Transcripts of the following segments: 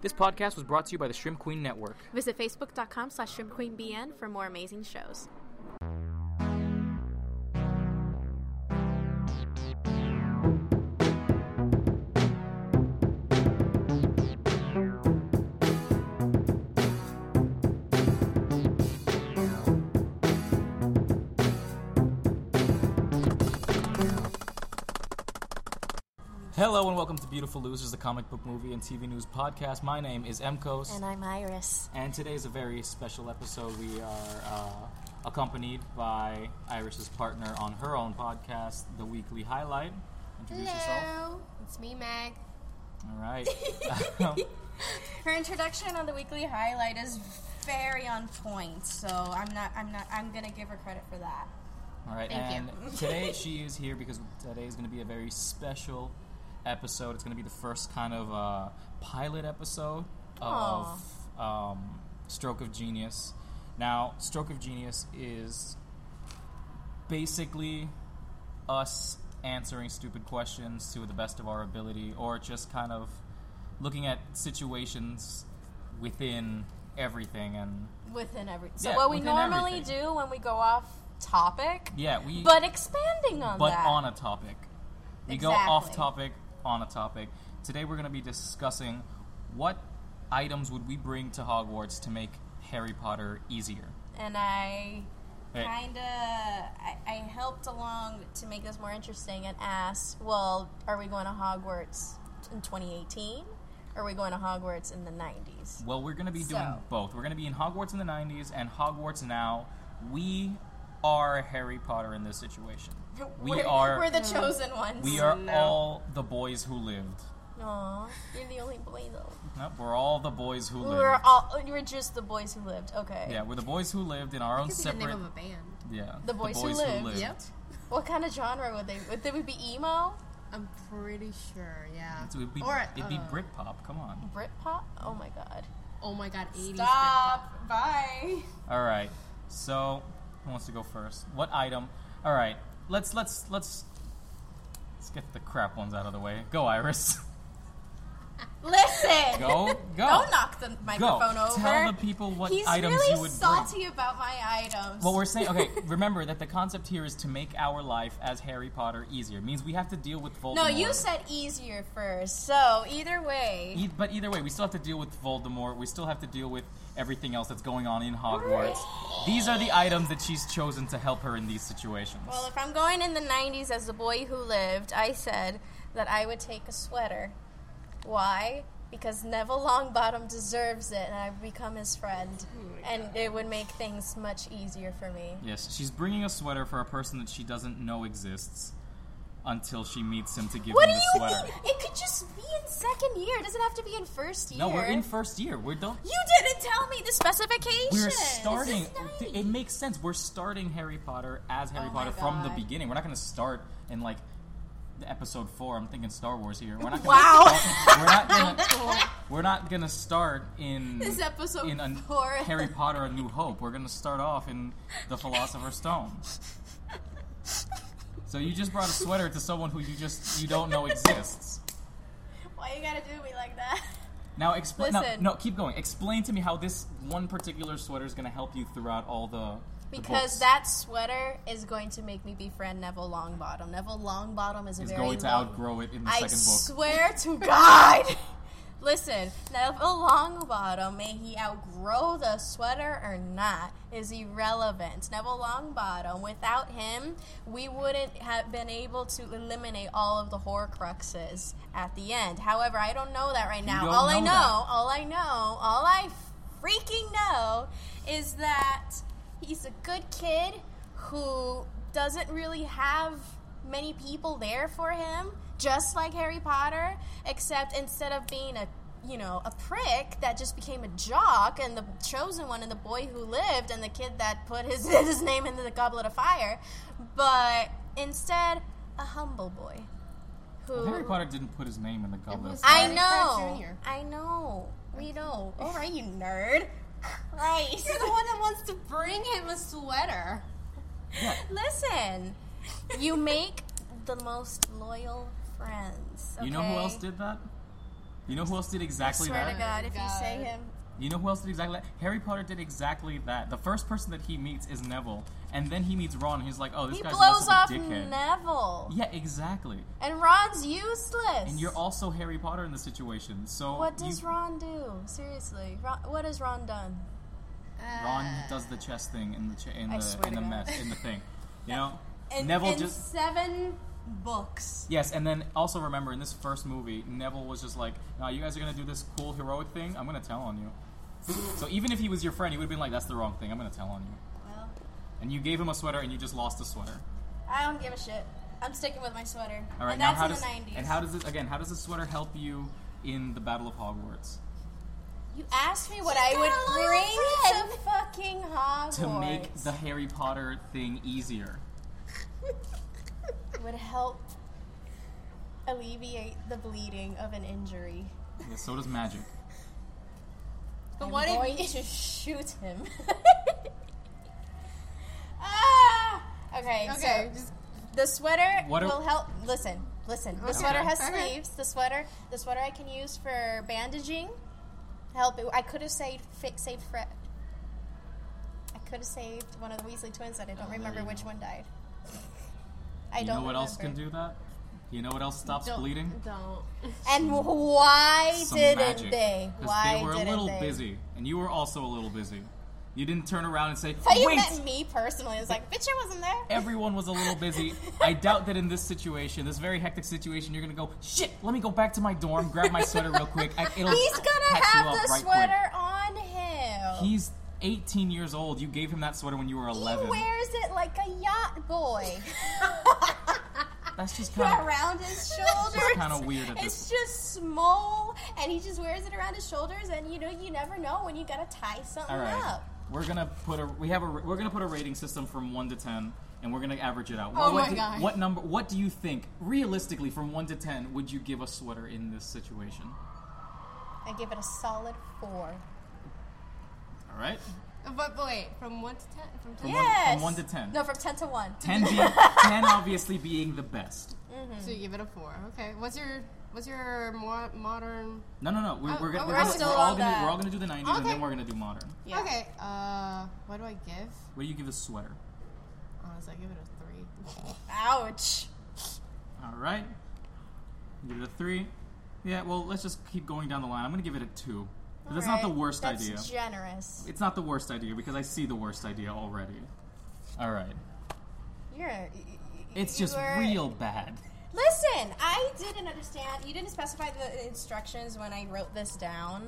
This podcast was brought to you by the Shrimp Queen Network. Visit facebook.com slash shrimpqueenbn for more amazing shows. Hello and welcome to Beautiful Losers, the comic book movie and TV news podcast. My name is Emkos, I'm Iris. and today is a very special episode. We are uh, accompanied by Iris's partner on her own podcast, The Weekly Highlight. Introduce yourself. Hello, it's me, Meg. All right. Her introduction on the weekly highlight is very on point, so I'm not, I'm not, I'm gonna give her credit for that. All right, Thank and you. today she is here because today is going to be a very special episode. It's going to be the first kind of uh, pilot episode of um, Stroke of Genius. Now, Stroke of Genius is basically us answering stupid questions to the best of our ability, or just kind of looking at situations within everything. And Within every, So Yeah, what we within normally everything. do when we go off topic, yeah, we but expanding on but that. on a topic. We go Exactly. off topic on a topic. Today we're going to be discussing what items would we bring to Hogwarts to make Harry Potter easier. Eh, and I Hey. kind of, I, I helped along to make this more interesting and asked, well, are we going to Hogwarts in 2018? Are we going to Hogwarts in the 90s? Well, we're going to be doing So- both. We're going to be in Hogwarts in the 90s and Hogwarts now. We are Harry Potter in this situation. We We're- are We're the chosen ones. we are all the boys who lived. Aw, you're the only boy though. Nope, we're all the boys who We lived. were all, oh, you were just the boys who lived. Okay. yeah, we're the boys who lived in our own Could be the separate name of a band. yeah, The boys who lived. Yep. What kind of genre would they? Would they would be emo, I'm pretty sure. Yeah. So it'd be, or it'd be uh, brick pop. Come on. Britpop? Oh my god. Oh my god, 80s. Stop. Bye. All right. So who wants to go first? What item? All right. Let's let's let's let's get the crap ones out of the way. Go, Iris. Listen. Go go. Don't knock the microphone over. Tell the people what He's items really you would salty bring. about my items. What we're saying, okay. Remember that the concept here is to make our life as Harry Potter easier. It means we have to deal with Voldemort. no, you said easier first. So either way, E- but either way, we still have to deal with Voldemort. We still have to deal with everything else that's going on in Hogwarts. These are the items that she's chosen to help her in these situations. Well, if I'm going in the 90s as the boy who lived, I said that I would take a sweater. Why? Because Neville Longbottom deserves it, and I've become his friend. and it would make things much easier for me. Yes, she's bringing a sweater for a person that she doesn't know exists until she meets him to give What do him the you sweater. mean? It could just be in second year. It doesn't have to be in first year. No, we're in first year. We're don't. you didn't tell me the specifications. We're starting. This is It makes sense. We're starting Harry Potter as Harry Oh my Potter from the God. beginning. We're not going to start in like the episode four. I'm thinking Star Wars here. We're not. Gonna Wow. Start, we're not gonna. We're not gonna start in This episode in a, four. Harry Potter: A New Hope. We're gonna start off in the Philosopher's Stone. So you just brought a sweater to someone who you just you don't know exists. Why you gotta do me like that? Now explain. No, Listen. no, keep going. Explain to me how this one particular sweater is going to help you throughout all the. the books. Because that sweater is going to make me befriend Neville Longbottom. Neville Longbottom is a is very going to long- outgrow it in the I second book. swear to God. Listen, Neville Longbottom, may he outgrow the sweater or not, is irrelevant. Neville Longbottom, without him, we wouldn't have been able to eliminate all of the Horcruxes at the end. However, I don't know that right now. don't All I know know, that. all I know, all I freaking know is that he's a good kid who doesn't really have many people there for him, just like Harry Potter, except instead of being a you know, a prick that just became a jock and the chosen one and the boy who lived and the kid that put his, his name into the goblet of fire, but instead a humble boy who Harry Potter didn't put his name in the goblet. was- I Sorry, Fred know. Junior I know. We know. All right, you nerd. Christ. You're the one that wants to bring him a sweater. Listen, you make the most loyal friends. You know who okay? else did that? You know who else did exactly swear that? to God, if you God. say him, You know who else did exactly that? Harry Potter did exactly that. The first person that he meets is Neville, and then he meets Ron, and he's like, "Oh, this he guy's blows off less of a dickhead." Neville, yeah, exactly. and Ron's useless. And you're also Harry Potter in the situation. So What does you, Ron do? Seriously, Ron, what has Ron done? Ron does the chess thing in the ch- in I the swear in to the God. mess in the thing. You know, in, Neville in just seven books. yes, and then also remember in this first movie, Neville was just like, "No, you guys are gonna do this cool heroic thing. I'm gonna tell on you." so even if he was your friend, he would have been like, "That's the wrong thing. I'm gonna tell on you." Well, And you gave him a sweater, and you just lost the sweater. I don't give a shit. I'm sticking with my sweater. All right, and now that's how in does the 90s. and how does this again? How does this sweater help you in the Battle of Hogwarts you asked me what She's got I a would loyal bring to fucking Hogwarts. to make the Harry Potter thing easier? would help alleviate the bleeding of an injury. Yeah, so does magic. But I'm what if- going to shoot him. ah! Okay, Okay, so just the sweater What are- will help. Listen, listen. The sweater Okay. has Okay. sleeves. The sweater, the sweater I can use for bandaging. Help! It, I could have saved fi- saved Fred. I could have saved one of the Weasley twins, and I don't Oh, there remember you which go. one died. I you don't know what else can remember. do that? You know what else stops don't bleeding? Don't. And why Some didn't magic. they? 'Cause Why they were didn't a little they? busy, and you were also a little busy. You didn't turn around and say, But you "Wait." met me personally. It's like, bitch, I wasn't there. Everyone was a little busy. I doubt that in this situation, this very hectic situation, you're gonna go, "Shit, let me go back to my dorm, grab my sweater real quick." I, it'll He's gonna patch you have up right the quick." sweater on him. He's 18 years old. You gave him that sweater when you were 11. He wears it like a yacht boy. That's just kind of around his shoulders. kind of weird at this. It's just small, and he just wears it around his shoulders. And you know, you never know when you gotta tie something All right, up. we're gonna put a we have a we're gonna put a rating system from one to ten, and we're gonna average it out. Oh what my do, God. What number? What do you think realistically from one to ten would you give a sweater in this situation? I give it a solid four. All right, But, but wait, from one to ten, from ten. from, yes. one, from one to ten. No, from ten to one. Ten being ten obviously being the best. So Hmm. you give it a four. Okay. What's your what's your more modern? No, no, no. We're, we're, gonna, Oh, we're, we're gonna, still we're all on gonna that. we're all gonna do the nineties, and Okay. then we're gonna do modern. Yeah. Okay. Uh, what do I give? What do you give a sweater? Honestly, I give it a three. Ouch. All right, give it a three. Yeah, well, let's just keep going down the line. I'm gonna give it a two. But that's not the Alright, worst that's idea. generous. It's not the worst idea because I see the worst idea already. All right. You're. A, It's you just were- real bad. Listen, I didn't understand. You didn't specify the instructions when I wrote this down.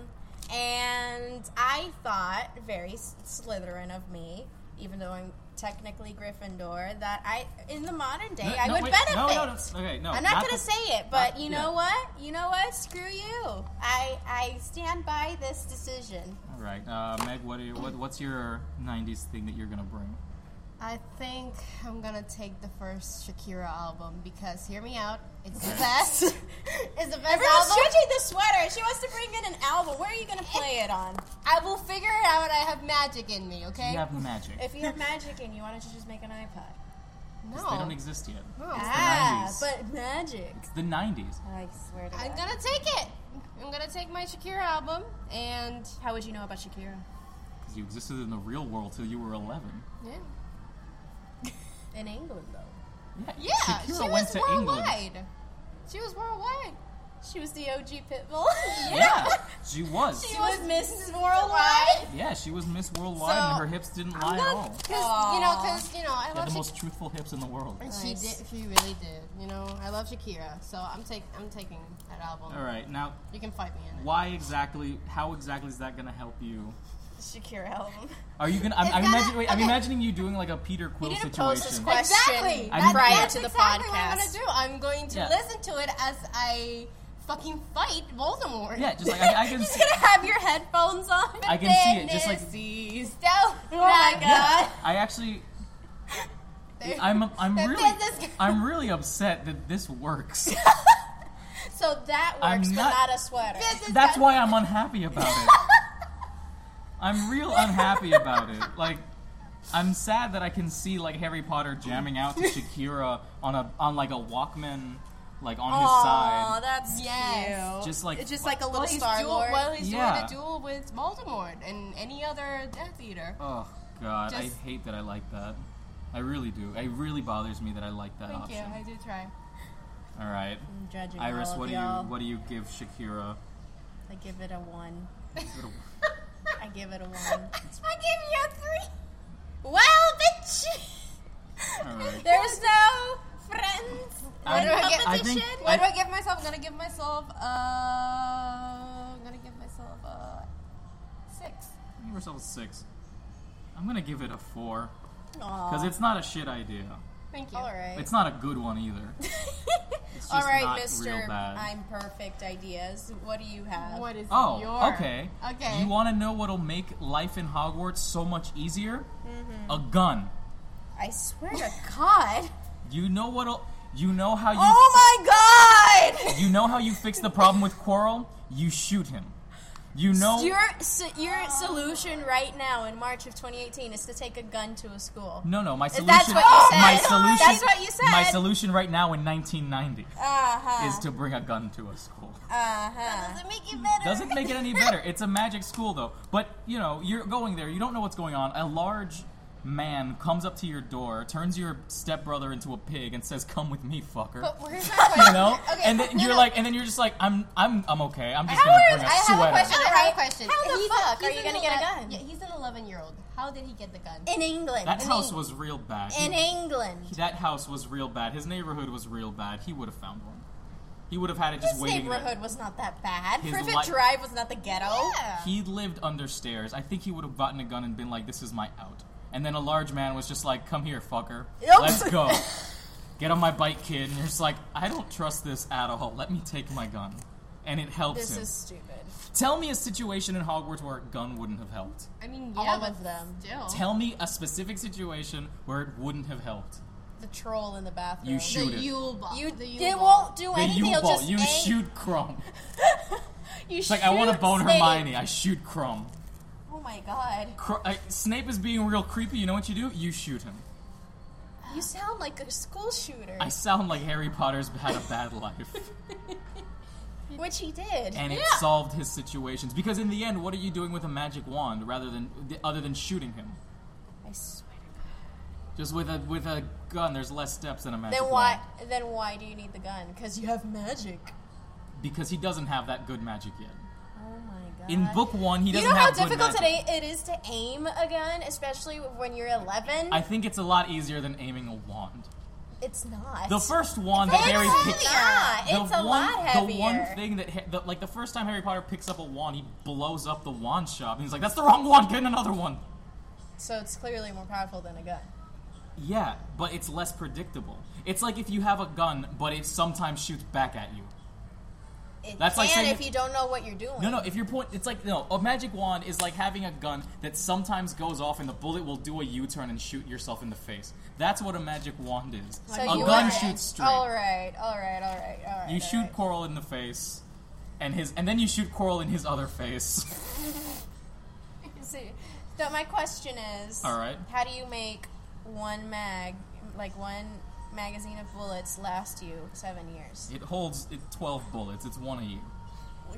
And I thought, very S- Slytherin of me, even though I'm technically Gryffindor, that I, in the modern day, I no, would wait, benefit. No, no, no. Okay, no. I'm not, the- gonna say it, but not- you yeah. know what? You know what? Screw you. I I stand by this decision. All right, uh, Meg. What, are you, what what's your '90s thing that you're gonna bring? I think I'm gonna take the first Shakira album because hear me out, it's the best. it's the best Everyone's album. judging the sweater. She wants to bring in an album. Where are you gonna play it on? I will figure it out. I have magic in me. Okay. You have magic. If you have magic in you, why don't you just make an iPod? No. Oh. They don't exist yet. No. ah, 90s. but magic. It's the '90s. I swear to I'm God. gonna take it. I'm gonna take my Shakira album and How would you know about Shakira? Because you existed in the real world till you were 11. yeah. In England, though. Yeah, Shakira she was went to worldwide. England. She was worldwide. She was the OG Pitbull. Yeah, she was. She was Mrs. Worldwide. yeah, she was Miss Worldwide, and So, her hips didn't I'm lie at gonna- all. Cause you know, cause you know, I Yeah, love the Shakira. most truthful hips in the world. And she Nice. did. She really did. You know, I love Shakira, so I'm taking. I'm taking that album. All right, now You can fight me in it. why exactly? How exactly is that gonna help you? Shakira album. Are you gonna? I'm, It's I'm, gotta- imagine, wait, I'm okay. imagining you doing like a Peter Quill You didn't situation. pose this question Exactly. I'm- prior That's to the exactly podcast. what I'm gonna do. I'm going to Yeah. listen to it as I fucking fight Voldemort. Yeah, just like I, I can see, have your headphones on. I can see it. Just like Don't. Oh my god. I actually, I'm I'm That really business- I'm really upset that this works. So that I'm works, not- but not a sweater. This is That's bad. why I'm unhappy about it. I'm real unhappy about it. Like, I'm sad that I can see like Harry Potter jamming out to Shakira on a on like a Walkman like on his side. that's Yes. cute. Just like- it's just like a little Well, he's, Star duel, Lord. well, he's doing Yeah. a duel with Voldemort and any other Death Eater. Oh God, Just- I hate that I like that. I really do. It really bothers me that I like that Thank you. option. I do try. All right, I'm judging Iris, all of what do you y'all. what do you give Shakira? I give it a one. Little- I give it a one. I give you a three. Well, bitch. All right. There's no friends. I- do I get- I think- Competition? What do I- I give myself? I'm gonna give myself. Uh, I'm gonna give myself uh, six. Give yourself a six. I'm gonna give it a four because Aw. it's not a shit idea. Thank you. All right. It's not a good one either. It's just All right, not Mister. real bad. I'm perfect. Ideas. What do you have? What is Oh, your? okay. Okay. You want to know what'll make life in Hogwarts so much easier? Mm-hmm. A gun. I swear to God. You know what'll. You know how you. Oh my God! You know how you fix the problem with Quirrell? You shoot him. You know. Your so your solution right now in March of 2018 is to take a gun to a school. no, no. My solution. That's what you said. My solution. That's what you said. My solution right now in 1990 Uh-huh. is to bring a gun to a school. uh-huh. Doesn't make it better. Doesn't make it any better. It's a magic school, though. But you know, you're going there. You don't know what's going on. A large man comes up to your door, turns your stepbrother into a pig, and says, "Come with me, fucker." But where's my question? you know, Okay, and then no, you're no. like, and then you're just like, I'm, I'm, I'm okay. I'm just How gonna are- bring a I have sweater. a question. I have a question. How the He's fuck are he's you an gonna get a 11 gun? Yeah, he's an 11 year old. How did he get the gun? In England. That In house Eng- was real bad. in He- England. that house was real bad. His neighborhood was real bad. He would have found one. He would have had it just His waiting. there. neighborhood was not that bad. His Privet li- Drive was not the ghetto. He lived under stairs. I think he would have gotten a gun and been like, "This is my out." And then a large man was just like, "Come here, fucker. Yep. Let's go. Get on my bike, kid." And you're just like, "I don't trust this at all. Let me take my gun." And it helps This him. is stupid. Tell me a situation in Hogwarts where a gun wouldn't have helped. I mean, All yeah, of but them. Still. Tell me a specific situation where it wouldn't have helped. The troll in the bathroom. You shoot the it. Yule ball. You, the Yule it ball. won't do The anything. Yule It'll ball. just You aim. shoot Crumb. You It's like I want to shoot bone Snape. Hermione. I shoot Crumb. Oh my god! Cr- I, Snape is being real creepy. You know what you do? You shoot him. You sound like a school shooter, I sound like Harry Potter's had a bad life, which he did. and it solved his situations. Because in the end, what are you doing with a magic wand rather than other than shooting him? I swear. Just with a with a gun, there's less steps than a magic Then why? wand. Then why do you need the gun? Because you have magic. Because he doesn't have that good magic yet. Oh my god! In book one, he you doesn't know how have good difficult magic. today it is to aim a gun, especially when you're 11. I think it's a lot easier than aiming a wand. it's not. The first wand that it's Harry not. picks Yeah, it's the one, a lot heavier. The one thing that, ha- the, like, the first time Harry Potter picks up a wand, he blows up the wand shop. And he's like, that's the wrong wand, get another one. So it's clearly more powerful than a gun. Yeah, but it's less predictable. It's like if you have a gun, but it sometimes shoots back at you. It That's can like saying if you don't know what you're doing. No, no, if your point, it's like, no, a magic wand is like having a gun that sometimes goes off and the bullet will do a U turn and shoot yourself in the face. That's what a magic wand is. So a you gun would- shoots straight. All right, all right, all right, all right. You shoot Coral in the face, and his, and then you shoot Coral in his other face. So, so my question is, All right. how do you make one mag, like one magazine of bullets, last you seven years? It holds it twelve bullets. It's one a year.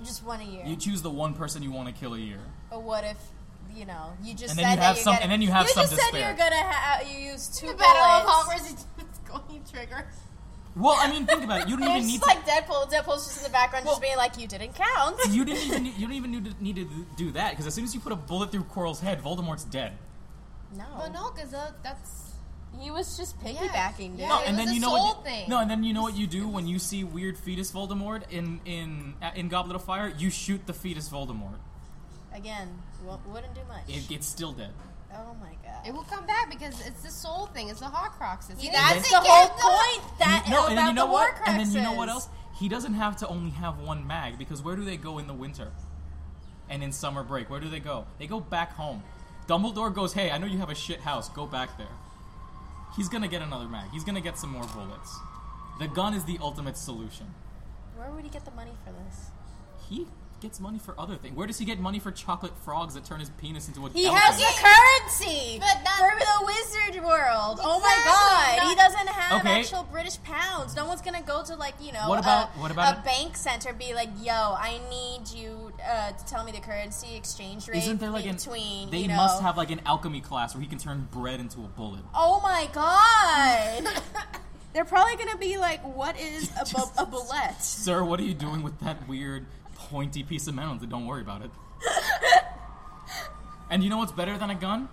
Just one a year. You choose the one person you want to kill a year. but what if? You know, you just And said then you that have you're some- gonna, and then you have some just said despair. you're gonna ha- you use two The bullets. Battle of Hogwarts is just going trigger. Well, I mean, think about it. You don't It's even need just like Deadpool. Deadpool's just in the background, Well- just being like, "You didn't count." to. You didn't even you don't even need to, need to do that because as soon as you put a bullet through Coral's head, Voldemort's dead. No, Well, no, because that's he was just piggybacking. Yeah. Yeah. No, it and was then a you know soul what, thing. No, and then you know what you do when you see weird fetus Voldemort in in uh, in Goblet of Fire. You shoot the fetus Voldemort. Again, wo- wouldn't do much. It, it's still dead. oh my god. it will come back because it's the soul thing. It's the Horcruxes. He That's They- the whole point. That You- no, about and then you know the what? Horcruxes. And then you know what else? He doesn't have to only have one mag because where do they go in the winter? And in summer break, where do they go? They go back home. Dumbledore goes, "Hey, I know you have a shit house. Go back there." He's gonna get another mag. He's gonna get some more bullets. The gun is the ultimate solution. Where would he get the money for this? He gets money for other things. Where does he get money for chocolate frogs that turn his penis into a He elephant? has the currency But not- for the wizard world. Oh my Exactly, god, not- he doesn't have Okay. actual British pounds. No one's gonna go to like you know What about- a, what about a it- bank center and be like, "Yo, I need you uh, to tell me the currency exchange rate Isn't there like between an? They you know." must have like an alchemy class where he can turn bread into a bullet. oh my god. They're probably gonna be like, "What is a, bu- a bullet?" Sir, what are you doing with that weird pointy piece of metal? Don't worry about it. and you know what's better than a gun?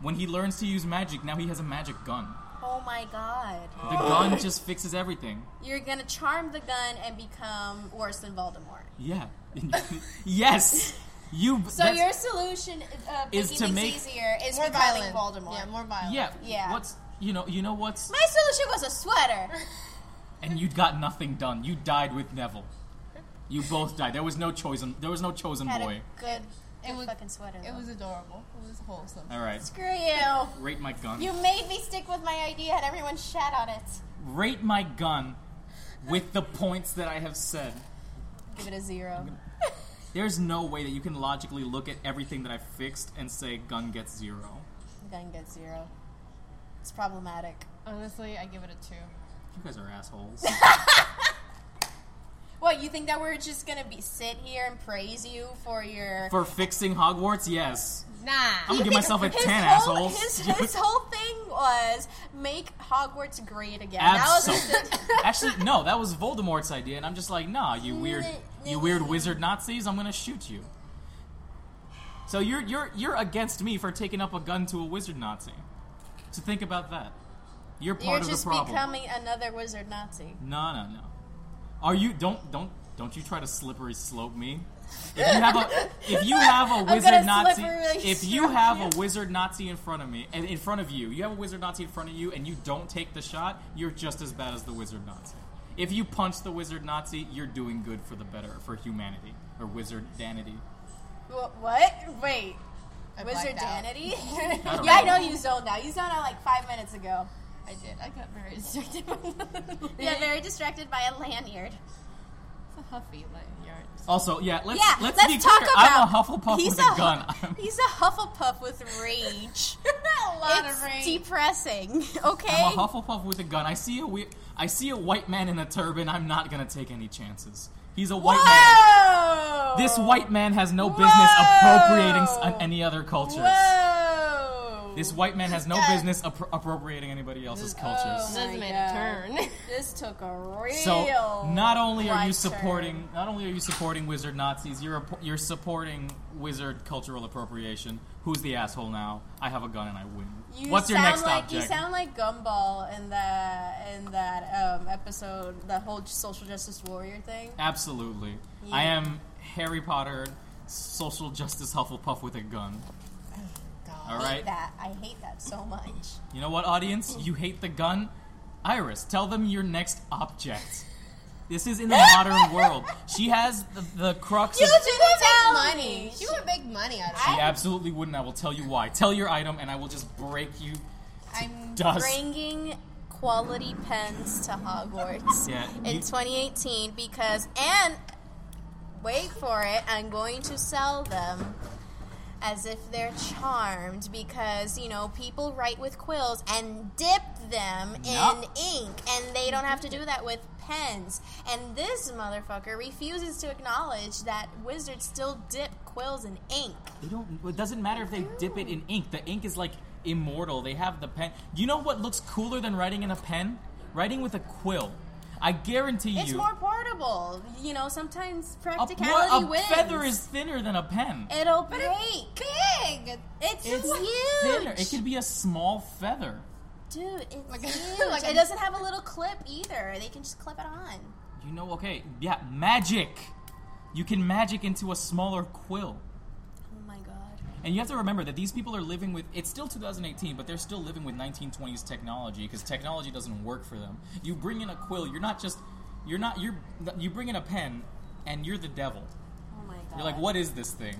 When he learns to use magic, now he has a magic gun. Oh my god! The gun just fixes everything. You're gonna charm the gun and become worse than Voldemort. Yeah. yes. You. So your solution uh, Is making to things make- easier is More becoming violent. Voldemort. Yeah, more violent. Yeah. Yeah. What's you know you know what's My solution was a sweater. and you got nothing done. You died with Neville. You both died. There was no chosen. There was no chosen Had boy. a good, It good was- fucking sweater. It though. was adorable. It was wholesome. All right. Screw you. Rate my gun. You made me stick with my idea, and everyone shat on it. Rate my gun with the points that I have said. Give it a zero. There's no way that you can logically look at everything that I fixed and say gun gets zero. I'm gonna get zero. It's problematic. Honestly, I give it a two. You guys are assholes. What you think that we're just gonna be sit here and praise you for your? For fixing Hogwarts, yes. I'm Nah. gonna give myself a his ten, whole, assholes. His, his whole thing was make Hogwarts great again. Absolutely. Actually, no, that was Voldemort's idea, and I'm just like, nah, you weird, you weird wizard Nazis, I'm gonna shoot you. So you're you're you're against me for taking up a gun to a wizard Nazi. So think about that. You're You're part of just the problem. becoming another wizard Nazi. No, no, no. Are you? Don't, don't, don't you try to slippery slope me? If you have a, if you have a wizard gonna Nazi, slippery if you have a wizard Nazi in front of me, and in front of you, you have a wizard Nazi in front of you, and you don't take the shot, you're just as bad as the wizard Nazi. If you punch the wizard Nazi, you're doing good for the better for humanity or wizard danity. Wha- What? Wait. I Wizard blacked out. Danity? don't yeah, I know. know you zoned out. You zoned out like five minutes ago. I did. I got very distracted. by the- Yeah, very distracted by a lanyard. It's a huffy lanyard. Also, yeah, let's Yeah, let's, let's be talk clear. I'm a Hufflepuff He's with a a, gun. hu- I'm, He's a Hufflepuff with rage. a lot it's of rain. depressing. Okay. I'm a Hufflepuff with a gun. I see a we- I see a white man in a turban. I'm not gonna take any chances. He's a white man. Whoa! This white man has no business appropriating s- on any other cultures. Whoa! Oh This white man has no guy- business appro- appropriating anybody else's cultures. my This made God. a turn. This took a real. So not only are you right supporting turn. not only are you supporting wizard Nazis, you're app- you're supporting wizard cultural appropriation. Who's the asshole now? I have a gun and I win. You What's your sound next like, object? You sound like Gumball in that in that um, episode, the whole social justice warrior thing. Absolutely. I am Harry Potter, social justice Hufflepuff with a gun. All I right. hate that. I hate that so much. You know what, audience? You hate the gun? Iris, tell them your next object. This is in the modern world. She has the, the crux of. should tell money. She would make money out of She it. absolutely wouldn't. I will tell you why. Tell your item, and I will just break you I'm dust. Bringing quality pens to Hogwarts Yeah, in you- 2018 because and wait for it, I'm going to sell them as if they're charmed because you know people write with quills and dip them in Yup. ink and they don't have to do that with pens and this motherfucker refuses to acknowledge that wizards still dip quills in ink They don't. It doesn't matter if they dip it in ink. The ink is like immortal. They have the pen. You know what looks cooler than writing in a pen? Writing with a quill. I guarantee it's you. more portable you know sometimes a, practicality what, a wins feather is thinner than a pen. It'll break. big. It's, It's huge. thinner. It could be a small feather. Dude, it's Like a- huge. like a- it doesn't have a little clip either. They can just clip it on. You know, okay, yeah, magic. You can magic into a smaller quill. Oh my god. And you have to remember that these people are living with it's still 2018, but they're still living with 1920s technology because technology doesn't work for them. You bring in a quill, you're not just you're not you're you bring in a pen and you're the devil. Oh my god. You're like, "What is this thing?"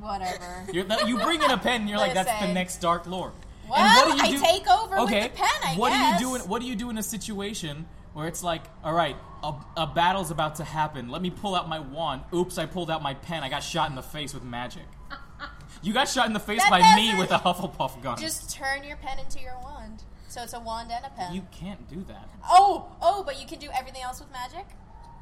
Whatever. You're, you bring in a pen and you're like, "That's the Listen. next dark lord." Well, I take over with the pen, I what do guess. you do in what do you do in a situation where it's like, all right, a, a battle's about to happen. Let me pull out my wand. Oops, I pulled out my pen. I got shot in the face with magic. You got shot in the face That by me doesn't- with a Hufflepuff gun. Just turn your pen into your wand. So it's a wand and a pen. you can't do that. oh, oh, but you can do everything else with magic?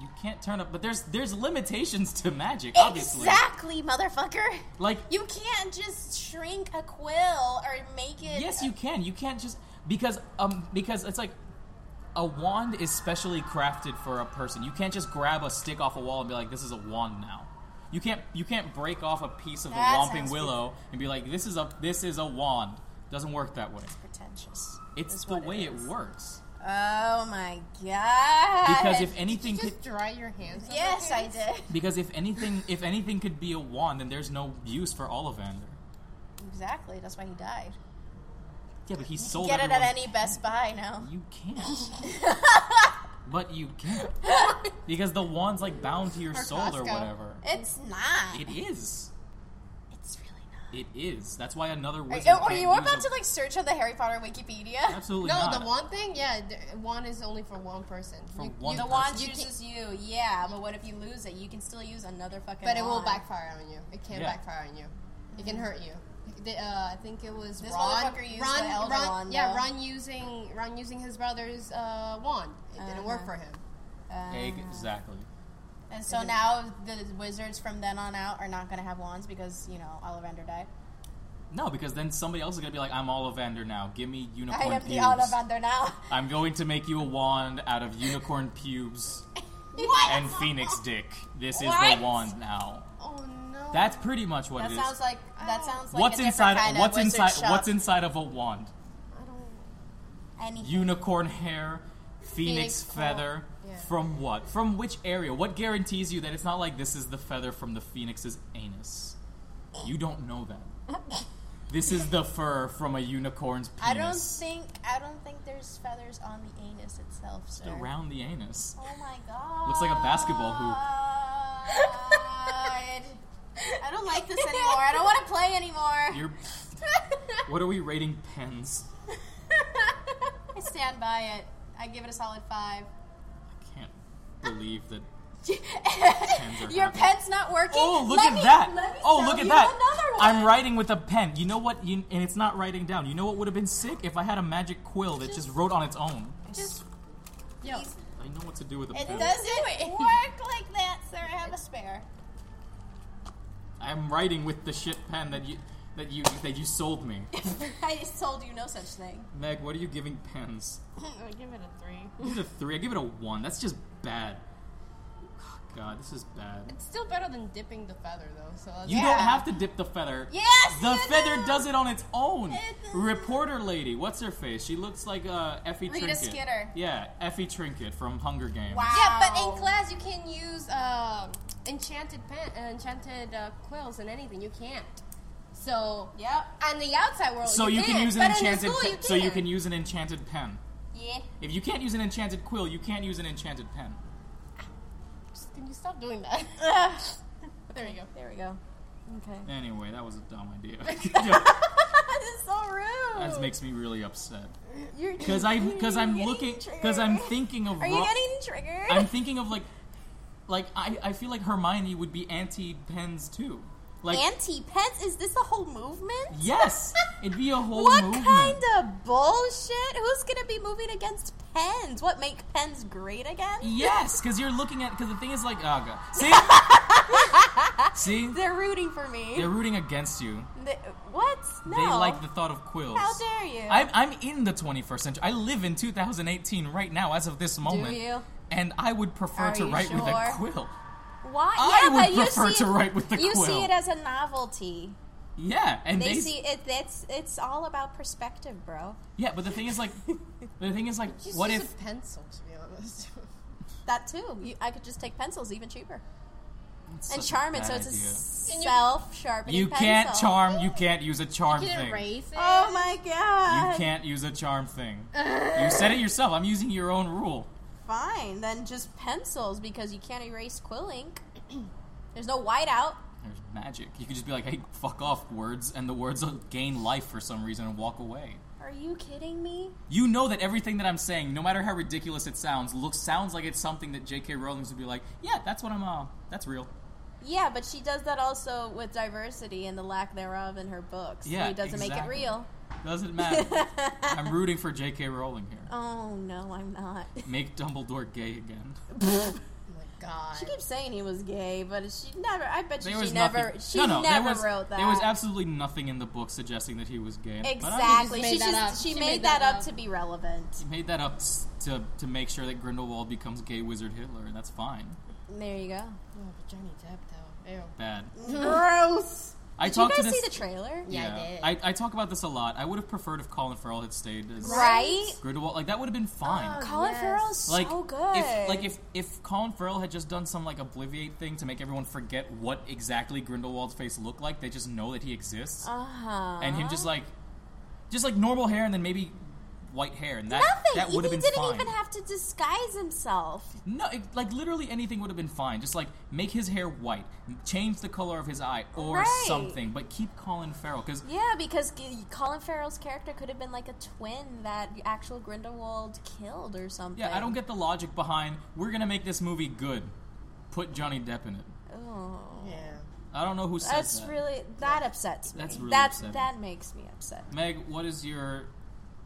You can't turn up. But there's there's limitations to magic, obviously. Exactly, motherfucker. Like You can't just shrink a quill or make it. Yes, you can. You can't just because um because it's like a wand is specially crafted for a person. You can't just grab a stick off a wall and be like, "This is a wand now." You can't you can't break off a piece of the That Whomping sounds Willow and be like, "This is a this is a wand." Doesn't work that way. pretentious. It's is the what it way it, is. works. Oh my god. Because if anything could, Just dry your hands. on Yes, my I hands? did. because if anything if anything could be a wand, then there's no use for Ollivander. Exactly, that's why he died. Yeah, but he sold Get it at everyone's- any Best Buy now. You can't. but you can't. Because the wand's like bound to your Or soul or Costco. whatever. It's not. It is. It's really not. It is. That's why another wizard. Oh, Are, are can't you use about a- to like search on the Harry Potter Wikipedia? Absolutely No, not. the wand thing, yeah, the wand is only for one person. For You- one you- The wand You chooses you, yeah, but what if you lose it? You can still use another fucking but it will wand. backfire on you. It can Yeah. backfire on you. It can hurt you. The, uh, I think it was This Ron. motherfucker used Ron, the Elder Ron- wand, yeah, though. Ron using Ron using his brother's uh, wand. It didn't work Uh-huh. for him. Uh, Exactly. and so now the wizards from then on out are not going to have wands because, you know, Ollivander died. No, because then somebody else is gonna be like, "I'm Ollivander now. Give me I unicorn am the pubes. Ollivander now. I'm going to make you a wand out of unicorn pubes what? and phoenix dick. This is What? the wand now. Oh no. That's pretty much what That it is. sounds like that Ow. sounds like what's a inside? different Kind what's of inside? wizard Shop. What's inside of a wand? I don't. Anything. oh, unicorn hair, phoenix, Phoenix claw. feather. Yeah. From what? From which area? What guarantees you that it's not like this is the feather from the phoenix's anus? You don't know that. this is the fur from a unicorn's penis. I don't think I don't think there's feathers on the anus itself, sir. Around the anus. Oh my god. Looks like a basketball hoop. I don't like this anymore. I don't want to play anymore. You're. What are we rating pens? I stand by it. I give it a solid five. I can't believe that. are Your happy. pen's not working. Oh, look Let at me- let that! me Oh, sell look at you that! another one. I'm writing with a pen. You know what? You, and it's not writing down. You know what would have been sick if I had a magic quill that just wrote on its own. Just Yo, I know what to do with a it pen. doesn't work like that, sir. I have a spare. I'm writing with the shit pen that you that you that you sold me. I just told you no such thing. Meg, what are you giving pens? I give it a three. Give it a three. I give it a one. That's just bad. Oh, God, this is bad. It's still better than dipping the feather though. So that's You Yeah. don't have to dip the feather. Yes, The you feather do. does it on its own. It does. Reporter lady, what's her face? She looks like uh, Effie Rita Trinket. Skeeter. Yeah, Effie Trinket from Hunger Games. Wow. Yeah, but in class you can use um enchanted pen, uh, enchanted uh, quills and anything. You can't. So Yep. on the outside world, So you, can, use an but enchanted. In the school, pen- you so you can't. can use an enchanted pen. Yeah. If you can't use an enchanted quill, you can't use an enchanted pen. Just- Can you stop doing that? there you go. There we go. Okay. Anyway, that was a dumb idea. That is so rude. That makes me really upset You're because I because I'm You're looking getting because I'm triggered. thinking of Are you Ro- getting triggered? I'm thinking of like like I, I feel like Hermione would be anti pens too. Like Anti pets? Is this a whole movement? yes, it'd be a whole What movement. kind of bullshit? Who's gonna be moving against pens? What make pens great again? Yes, because you're looking at because the thing is like oh god see see They're rooting for me. they're rooting against you. They- what? No. They like the thought of quills. How dare you? I'm, I'm in the 21st century. I live in 2018 right now, as of this moment. you? And I would prefer Are to you write with a sure? quill. Why? I yeah, would but you prefer see to it- write with the You quill. see it as a novelty. Yeah, and They they, see it. It's it's all about perspective, bro. Yeah, but the thing is, like, the thing is, like, Just what use if? a pencil? To be honest, That too. You, I could just take pencils, even cheaper, It's and such a charm it. bad So it's a idea. self sharpening. You can't pencil. charm. You can't use a charm thing. erase it. Oh my god. You can't use a charm thing. you said it yourself. I'm using your own rule. Fine, then just pencils because you can't erase quill ink. There's no whiteout. There's magic. You could just be like, "Hey, fuck off, words," and the words will gain life for some reason and walk away. Are you kidding me? You know that everything that I'm saying, no matter how ridiculous it sounds, looks sounds like it's something that J.K. Rowling would be like, yeah, that's what I'm. Uh, that's real. Yeah, but she does that also with diversity and the lack thereof in her books. Yeah, so it doesn't make it exactly. real. Doesn't matter. I'm rooting for J.K. Rowling here. Oh no, I'm not. Make Dumbledore gay again. Oh my god. She keeps saying he was gay, but she never. I bet you There she was never. nothing. She no, no, never there was, wrote that. There was absolutely nothing in the book suggesting that he was gay. But I was exactly. She she just made that just up. she, made, that up to be relevant. just made that up s- to to make sure that Grindelwald becomes gay wizard Hitler, and that's fine. There you go. Oh, but Johnny Depp though. Ew. Bad. Gross. I Did you talked guys to see this. the trailer? Yeah, I did. I, I talk about this a lot. I would have preferred if Colin Farrell had stayed as Right. Grindelwald. Like that would have been fine. Colin yes. Farrell's like so good. if like if if Colin Farrell had just done some like obliviate thing to make everyone forget what exactly Grindelwald's face looked like, they just know that he exists, uh huh. and him Uh-huh. just like just like normal hair and then maybe white hair, and that nothing. that would have he been didn't fine. even have to disguise himself. no, it, like literally anything would have been fine. Just like make his hair white, change the color of his eye or Right. something, but keep Colin Farrell because Yeah, because G- Colin Farrell's character could have been like a twin that actual Grindelwald killed or something. yeah, I don't get the logic behind we're gonna make this movie good. Put Johnny Depp in it. Oh. yeah. I don't know who says That's that. really that upsets me. That's really That's upsetting. that makes me upset. Meg, what is your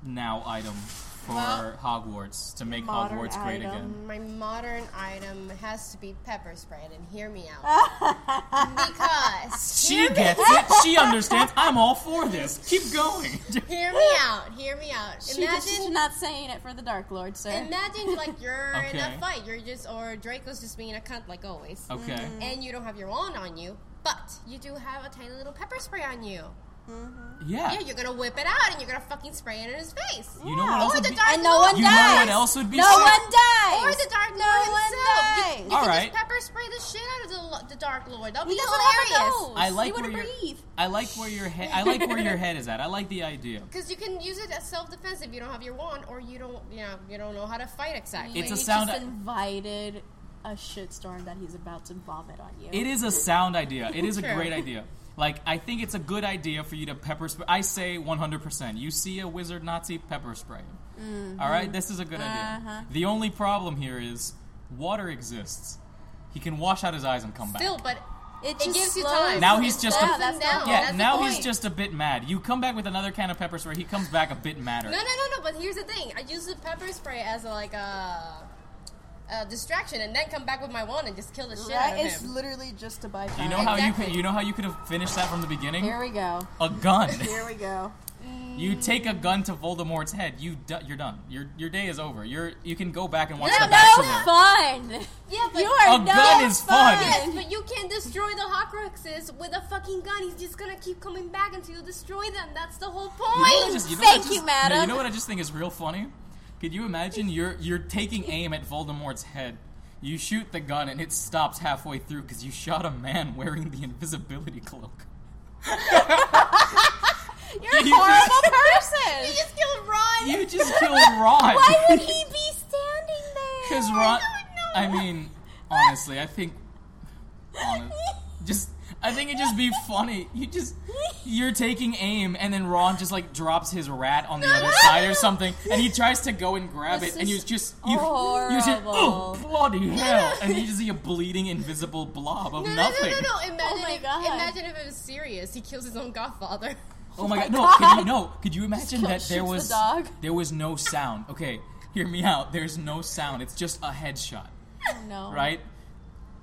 now item for Well, Hogwarts to make modern Hogwarts great item. again? My modern item has to be pepper spray, and hear me out. because She gets it. She understands. I'm all for this. Keep going. hear me out, hear me out. She just- she's Imagine not saying it for the Dark Lord, sir. imagine like you're in Okay. Um. a fight, you're just or Draco's just being a cunt like always. okay. Mm-hmm. And you don't have your wand on you, but you do have a tiny little pepper spray on you. Yeah. Yeah, you're gonna whip it out and you're gonna fucking spray it in his face. You know what else Oh, Or would the be? Dark And no one Lord. You know dies. what else would be? no sick? one dies. Or the Dark Lord No one himself. You, dies. you All can right. just pepper spray the shit out of the, lo- the Dark Lord. That'll he be doesn't have a hilarious. nose. I like he where wouldn't your breathe. I like where your head I like where your head is at. I like the idea. Because you can use it as self defense if you don't have your wand or you don't, you know, you don't know how to fight exactly. It's a you sound- Just invited a shitstorm that he's about to vomit on you. It is a sound idea. It is a True. great idea. Like I think it's a good idea for you to pepper spray. I say 100%. You see a wizard Nazi pepper spray. him. Mm-hmm. All right, this is a good Uh-huh. idea. The only problem here is water exists. He can wash out his eyes and come Still, back. but It, just gives you slows time. Now it he's just down. a- That's the Yeah. whole- yeah, that's the now he's point. just a bit mad. You come back with another can of pepper spray. He comes back a bit madder. no, no, no, no. But here's the thing: I use the pepper spray as a, like a, a distraction, and then come back with my wand and just kill the shit out Right? of It's him. literally just a bypass. You know how you could, Exactly. you know how you could have finished that from the beginning? Here we go. a gun. Here we go. you take a gun to Voldemort's head. You do, you're done. Your your day is over. You're you can go back and watch No, the no, Bachelor. Fun. Yeah, but You are A no gun is fun. Yes, but you can't destroy the Horcruxes with a fucking gun. He's just gonna keep coming back until you destroy them. That's the whole You know point. what I just- you know what I Thank you, just- madam. no, you know what I just think is real funny? Could you imagine you're you're taking aim at Voldemort's head? You shoot the gun and it stops halfway through because you shot a man wearing the invisibility cloak. You're a You just- horrible person. You just killed Ron. You just killed Ron. Why would he be standing there? Because Ron. I mean, honestly, I think. Honest, just. I think it'd just be funny. You just. You're taking aim, and then Ron just like drops his rat on the other side or something, and he tries to go and grab This it, and you is just. You, you just. Oh, horrible. bloody hell! And you just see a bleeding, invisible blob of No, no, no, nothing. no, no. Imagine, Oh my if, God. imagine if it was serious. He kills his own godfather. Oh my god! No, God. could you, no. Could you imagine kill- that there shoots the was dog. there was no sound? Okay, hear me out. There's no sound. It's just a headshot. no. right?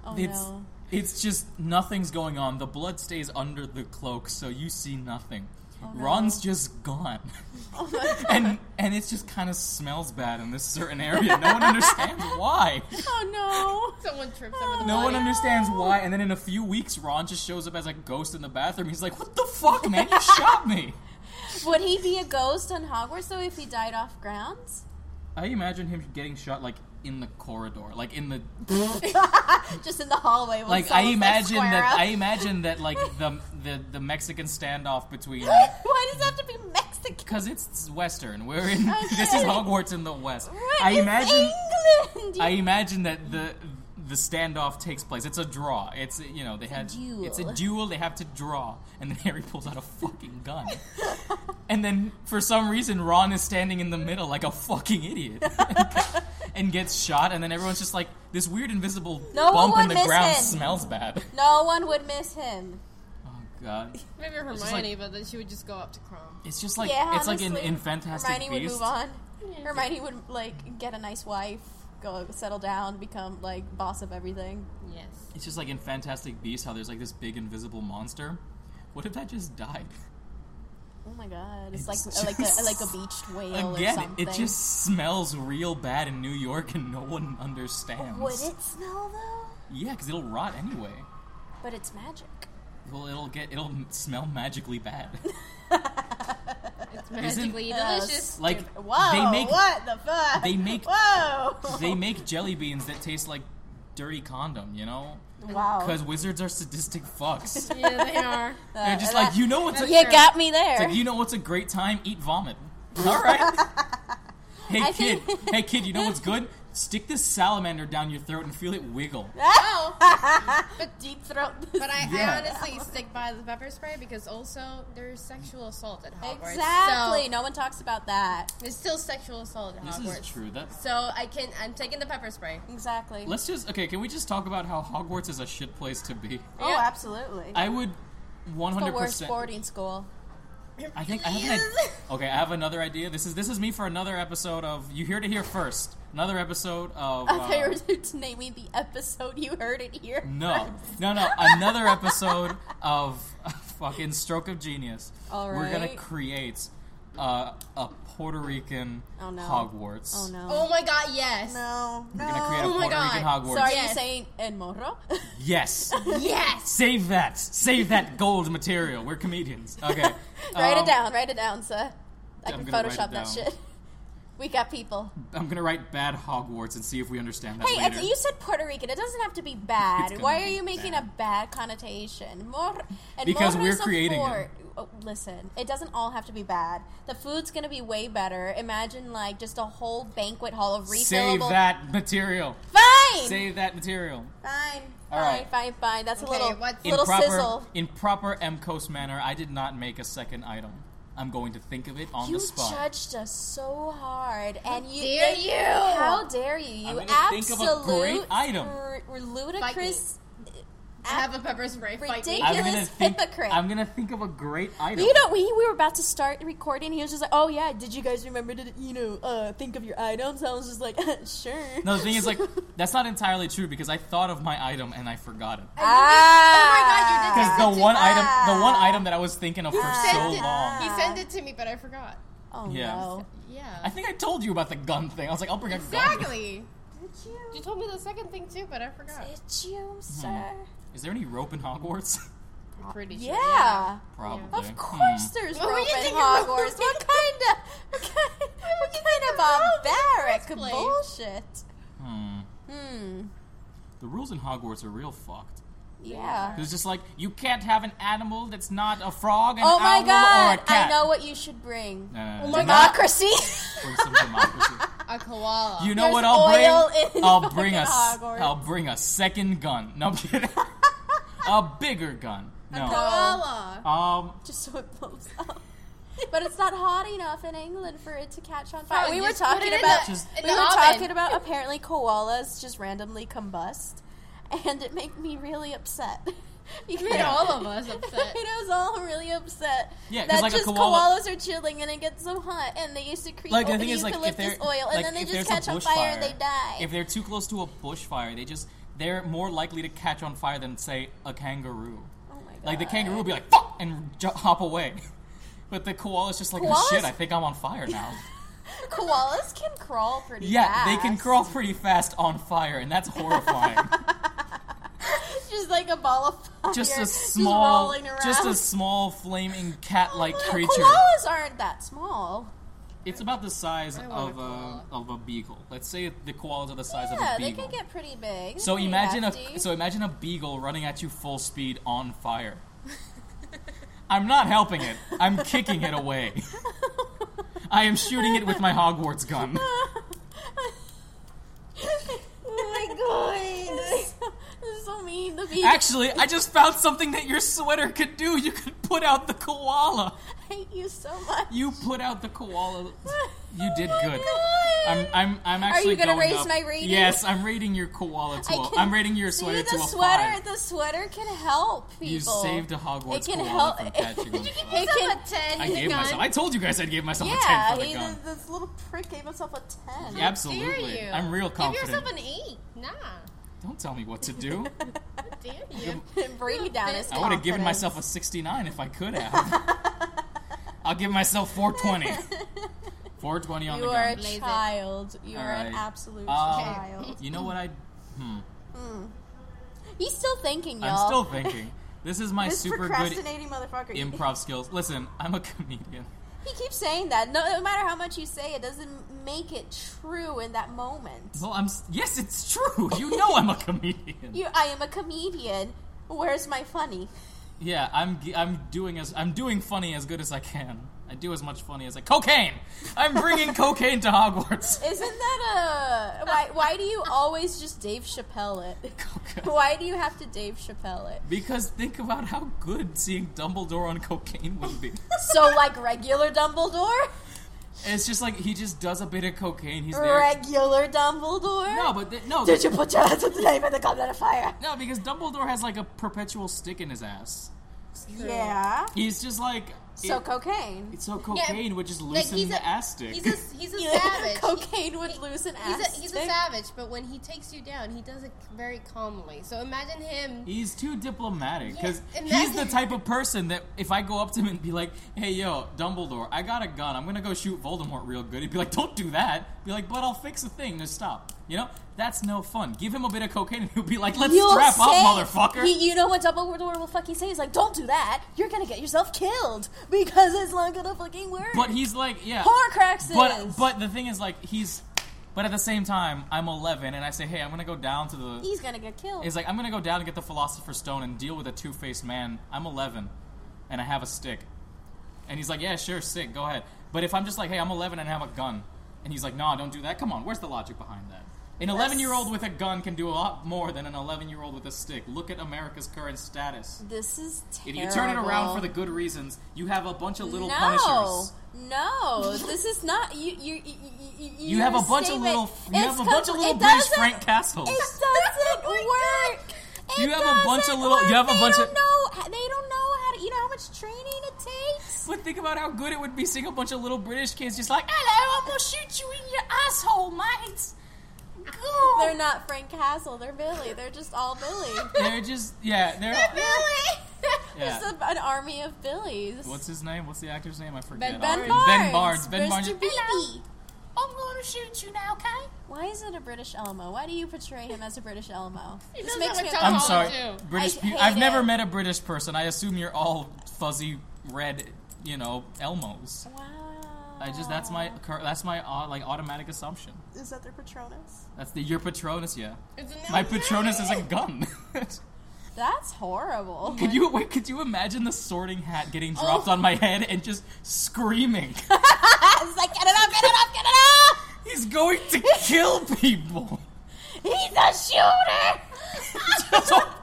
Oh it's no. it's just nothing's going on. The blood stays under the cloak, so you see nothing. Oh, Ron's just gone, and and it just kind of smells bad in this certain area. No one understands why. Oh no. Someone trips over the No Oh, one body. understands why. And then in a few weeks, Ron just shows up as a ghost in the bathroom. He's like, "What the fuck, man? You shot me." Would he be a ghost on Hogwarts though if he died off grounds? I imagine him getting shot like in the corridor, like in the Just in the hallway. When like. I someone says imagine square that up. I imagine that like the the the Mexican standoff between Why does it have to be Mexican? Because it's Western. We're in. This is Okay. Hogwarts in the West. What I is imagine. England. I imagine that the the standoff takes place. It's a draw. It's you know they had duel. it's a duel. They have to draw, and then Harry pulls out a fucking gun, and then for some reason Ron is standing in the middle like a fucking idiot, and gets shot, and then everyone's just like this weird invisible No one bump in would the miss ground him. smells bad. No one would miss him. Oh god, Maybe just Hermione, but then she would just go up to Crom. it's just like yeah, it's like honestly, in, in Fantastic Hermione Beasts. would move on. Hermione would like get a nice wife, go settle down, become like boss of everything. Yes. It's just like in Fantastic Beasts how there's like this big invisible monster. What if that just died? Oh my god, It's it's, like just- like a, like a beached whale or Again, something. it just smells real bad in New York and no one understands. would it smell though? Yeah, because it'll rot anyway. But it's magic. Well, it'll get it'll smell magically bad. It's magically delicious. like Whoa! they make what the fuck? they make Whoa! they make jelly beans that taste like dirty condom. You know, Wow. because wizards are sadistic fucks. Yeah, they are. Uh, They're just like you know what's a, You got me there. it's like, you know what's a great time? Eat vomit. All right. Hey I kid, think- hey kid, you know what's good? Stick this salamander down your throat and feel it wiggle. Deep throat. But I, Yeah. I honestly stick by the pepper spray because also there's sexual assault at Hogwarts. exactly. So No one talks about that. there's still sexual assault at This Hogwarts. is true. That's So I can. I'm taking the pepper spray. Exactly. Let's just okay. Can we just talk about how Hogwarts is a shit place to be? oh, Yeah. absolutely. I would one the hundred worst percent. boarding school. I think I have an id- okay. I have another idea. This is this is me for another episode of you here to hear first. Another episode of I thought you uh, were to name me the episode you heard it here. no no no another episode of fucking stroke of genius. All We're gonna right. create uh, a Puerto Rican Oh, no. Hogwarts. Oh no. Oh my god, yes. no, We're gonna create a Oh my Puerto Rican God. Hogwarts. so are Yes. you saying en morro? Yes. Yes. Save that. Save that gold material. We're comedians. Okay. write Um, it down. Write it down, sir. I I'm gonna can write it Photoshop down. that shit. We got people. I'm gonna write bad Hogwarts and see if we understand that Hey, later. it's, you said Puerto Rican. It doesn't have to be bad. uh, gonna Why are be you making bad. a bad connotation? Mor- and Because Morro we're is a creating it. fort. Oh, listen, it doesn't all have to be bad. The food's gonna be way better. Imagine like just a whole banquet hall of refillable. Save that material. Fine. Save that material. Fine. All fine, right. fine, fine. That's Okay, a little, what's- little in proper sizzle. in proper M Coast manner, I did not make a second item. I'm going to think of it on You the spot. judged us so hard, and you dare it- you! How dare I'm you? You gonna think of absolute a great item. r- ludicrous. I have a pepper spray. Fight I'm Ridiculous. me. gonna Ridiculous think. hypocrite. I'm gonna think of a great item. You know, we we were about to start recording. He was just like, "Oh yeah, did you guys remember to you know uh, think of your items?" I was just like, "Sure." no, the thing is, like, that's not entirely true because I thought of my item and I forgot it. ah, Oh my God, you did Because the one item, the one Ah. item that I was thinking of for so Sent it- long. He sent it to me, but I forgot. Oh Yeah. no! I Yeah. think I told you about the gun thing. I was like, I'll bring a gun. Exactly. You told me the second thing too, but I forgot. Did you, Mm-hmm. sir? Is there any rope in Hogwarts? I'm pretty sure. Yeah, Probably. of Hmm. course. There's What were rope you in thinking of? Hogwarts. What kind of what kind, what kind of barbaric place? bullshit? Hmm. Hmm. The rules in Hogwarts are real fucked. Yeah. It's just like you can't have an animal that's not a frog, an Oh my owl, god! or a cat. I know what you should bring. No, no, no, Oh my do not Democracy. bring some democracy. A koala. You know There's what I'll oil bring? in I'll bring a fucking s- Hogwarts. I'll bring a second gun. No, I'm kidding. a bigger gun. No. koala. Um. just so it blows up. But it's not hot enough in England for it to catch on fire. Oh, we were just put talking it in about the- Just- in we the were oven. talking about apparently koalas just randomly combust, and it made me really upset. You made all of us upset. it was all really upset. Yeah, 'cause that like a just koala- koalas are chilling and it gets so hot, and they used to create Like the o- thing is, like if eucalyptus they're oil, and like, then they if just there's catch a on bushfire, fire and they die. If they're too close to a bushfire, they just they're more likely to catch on fire than say a kangaroo. oh my god! Like the kangaroo will be like fuck and ju- hop away, but the koala's just like oh Koalas- shit, I think I'm on fire now. koalas can crawl pretty. yeah, they can fast. crawl pretty fast on fire, and that's horrifying. Just like a ball of fire, just a just small, rolling around. Oh, just, a small flaming cat-like creature. Koalas aren't that small. It's about the size I want of a a koala. of a beagle. Let's say the koalas are the size Yeah, of a they beagle. can get pretty big. So Pretty imagine hefty. a so imagine a beagle running at you full speed on fire. I'm not helping it. I'm kicking it away. I am shooting it with my Hogwarts gun. oh my god! mean to be. Actually, I just found something that your sweater could do. You could put out the koala. I hate you so much. You put out the koala. You did good. God. I'm, I'm, I'm actually. you gonna going raise up. my rating? Yes, I'm rating your koala to. I A, can I'm rating your See, sweater the to a sweater, five. the sweater can help people. You saved a Hogwarts It can koala help. from catching on Did you give fire. It can- ten. I gave gun. myself. I told you guys I gave myself a yeah, ten for he, the gun. this, this little prick gave himself a ten. Absolutely, you. I'm real Give confident. yourself an eight. Nah. Don't tell me what to do. Dare you? Bring down his. I would have given confidence. myself a 69 if I could have. I'll give myself 420. 420 on You the are a gun. Blaze it. child. You are Alright. an absolute Uh, child. You know what I? Hmm. He's still thinking, y'all. I'm still thinking. This is my this super good procrastinating motherfucker. improv skills. Listen, I'm a comedian. He keeps saying that. No, no matter how much you say, it doesn't make it true in that moment. Well, I'm. s- Yes, it's true. You know I'm a comedian. You, I am a comedian. Where's my funny? Yeah, I'm g- I'm doing as I'm doing funny as good as I can. I do as much funny as I cocaine. I'm bringing cocaine to Hogwarts. Isn't that a why? Why do you always just Dave Chappelle it? Coca- Why do you have to Dave Chappelle it? Because think about how good seeing Dumbledore on cocaine would be. So like regular Dumbledore, It's just like he just does a bit of cocaine. He's there. regular Dumbledore. No, but th- no, Did you put your hands with the name in the goblet of fire? no, because Dumbledore has like a perpetual stick in his ass. Ah, Yeah. He's just like So it- cocaine. so cocaine would just Like, loosen he's the a ass stick. He's a he's a Yeah, savage. cocaine would lose an He's ass. a, he's a savage, but when he takes you down, he does it very calmly. So imagine him. He's too diplomatic because Yeah, and he's the that- type of person that if I go up to him and be like, "Hey, yo, Dumbledore, I got a gun. I'm gonna go shoot Voldemort real good," he'd be like, "Don't do that." Be like, "But I'll fix the thing. Just stop." You know, that's no fun. Give him a bit of cocaine, and he'll be like, "Let's You'll strap up, say- motherfucker." He, you know what Dumbledore will fucking say? He's like, "Don't do that. You're gonna get yourself killed because it's not gonna fucking work." but he's like, yeah, Horcruxes. But but the thing is, like, he's. But at the same time, I'm 11, and I say, "Hey, I'm gonna go down to the." he's gonna get killed. He's like, I'm gonna go down and get the Philosopher's Stone and deal with a two faced man. I'm 11, and I have a stick. And he's like, Yeah, sure, sick, go ahead. But if I'm just like, Hey, I'm 11 and I have a gun, and he's like, Nah, don't do that. Come on, where's the logic behind that? An 11 year old with a gun can do a lot more than an 11 year old with a stick. Look at America's current status. this is If terrible. you turn it around for the good reasons, you have a bunch of little no, punishers. no, this is not you. You you, you, You have a bunch of statement- little, you it's have a bunch of compl- little it British doesn't- Frank Castles. It doesn't work. It You have a bunch of doesn't little- you work. have a They bunch don't of- Know, they don't know how to. You know how much training it takes. But think about how good it would be seeing a bunch of little British kids just like, "Hello, I'm gonna shoot you in your asshole, mate." Go. They're not Frank Castle. They're Billy. They're just all Billy. They're just yeah. They're Billy. Yeah. Just a, an army of Billys. what's his name? What's the actor's name? I forget. Ben already. Barnes? Ben Barnes. Ben Barnes. Mr. Beatty. I'm gonna shoot you now, okay? Why is it a British Elmo? Why do you portray him as a British Elmo? This does makes that me with Tom I'm Oh, sorry, uncomfortable. dude. British. I pe- hate I've never it. met a British person. I assume you're all fuzzy red, you know, Elmos. Wow. I just that's my cur- that's my uh, like automatic assumption. Is that their Patronus? That's the your Patronus, yeah. It's Oh, a My no- Patronus is a gun. That's horrible. Could you wait? Could you imagine the Sorting Hat getting Oh. dropped on my head and just screaming? It's like, get it off, get it off, get it off! He's going to kill people. He's a shooter!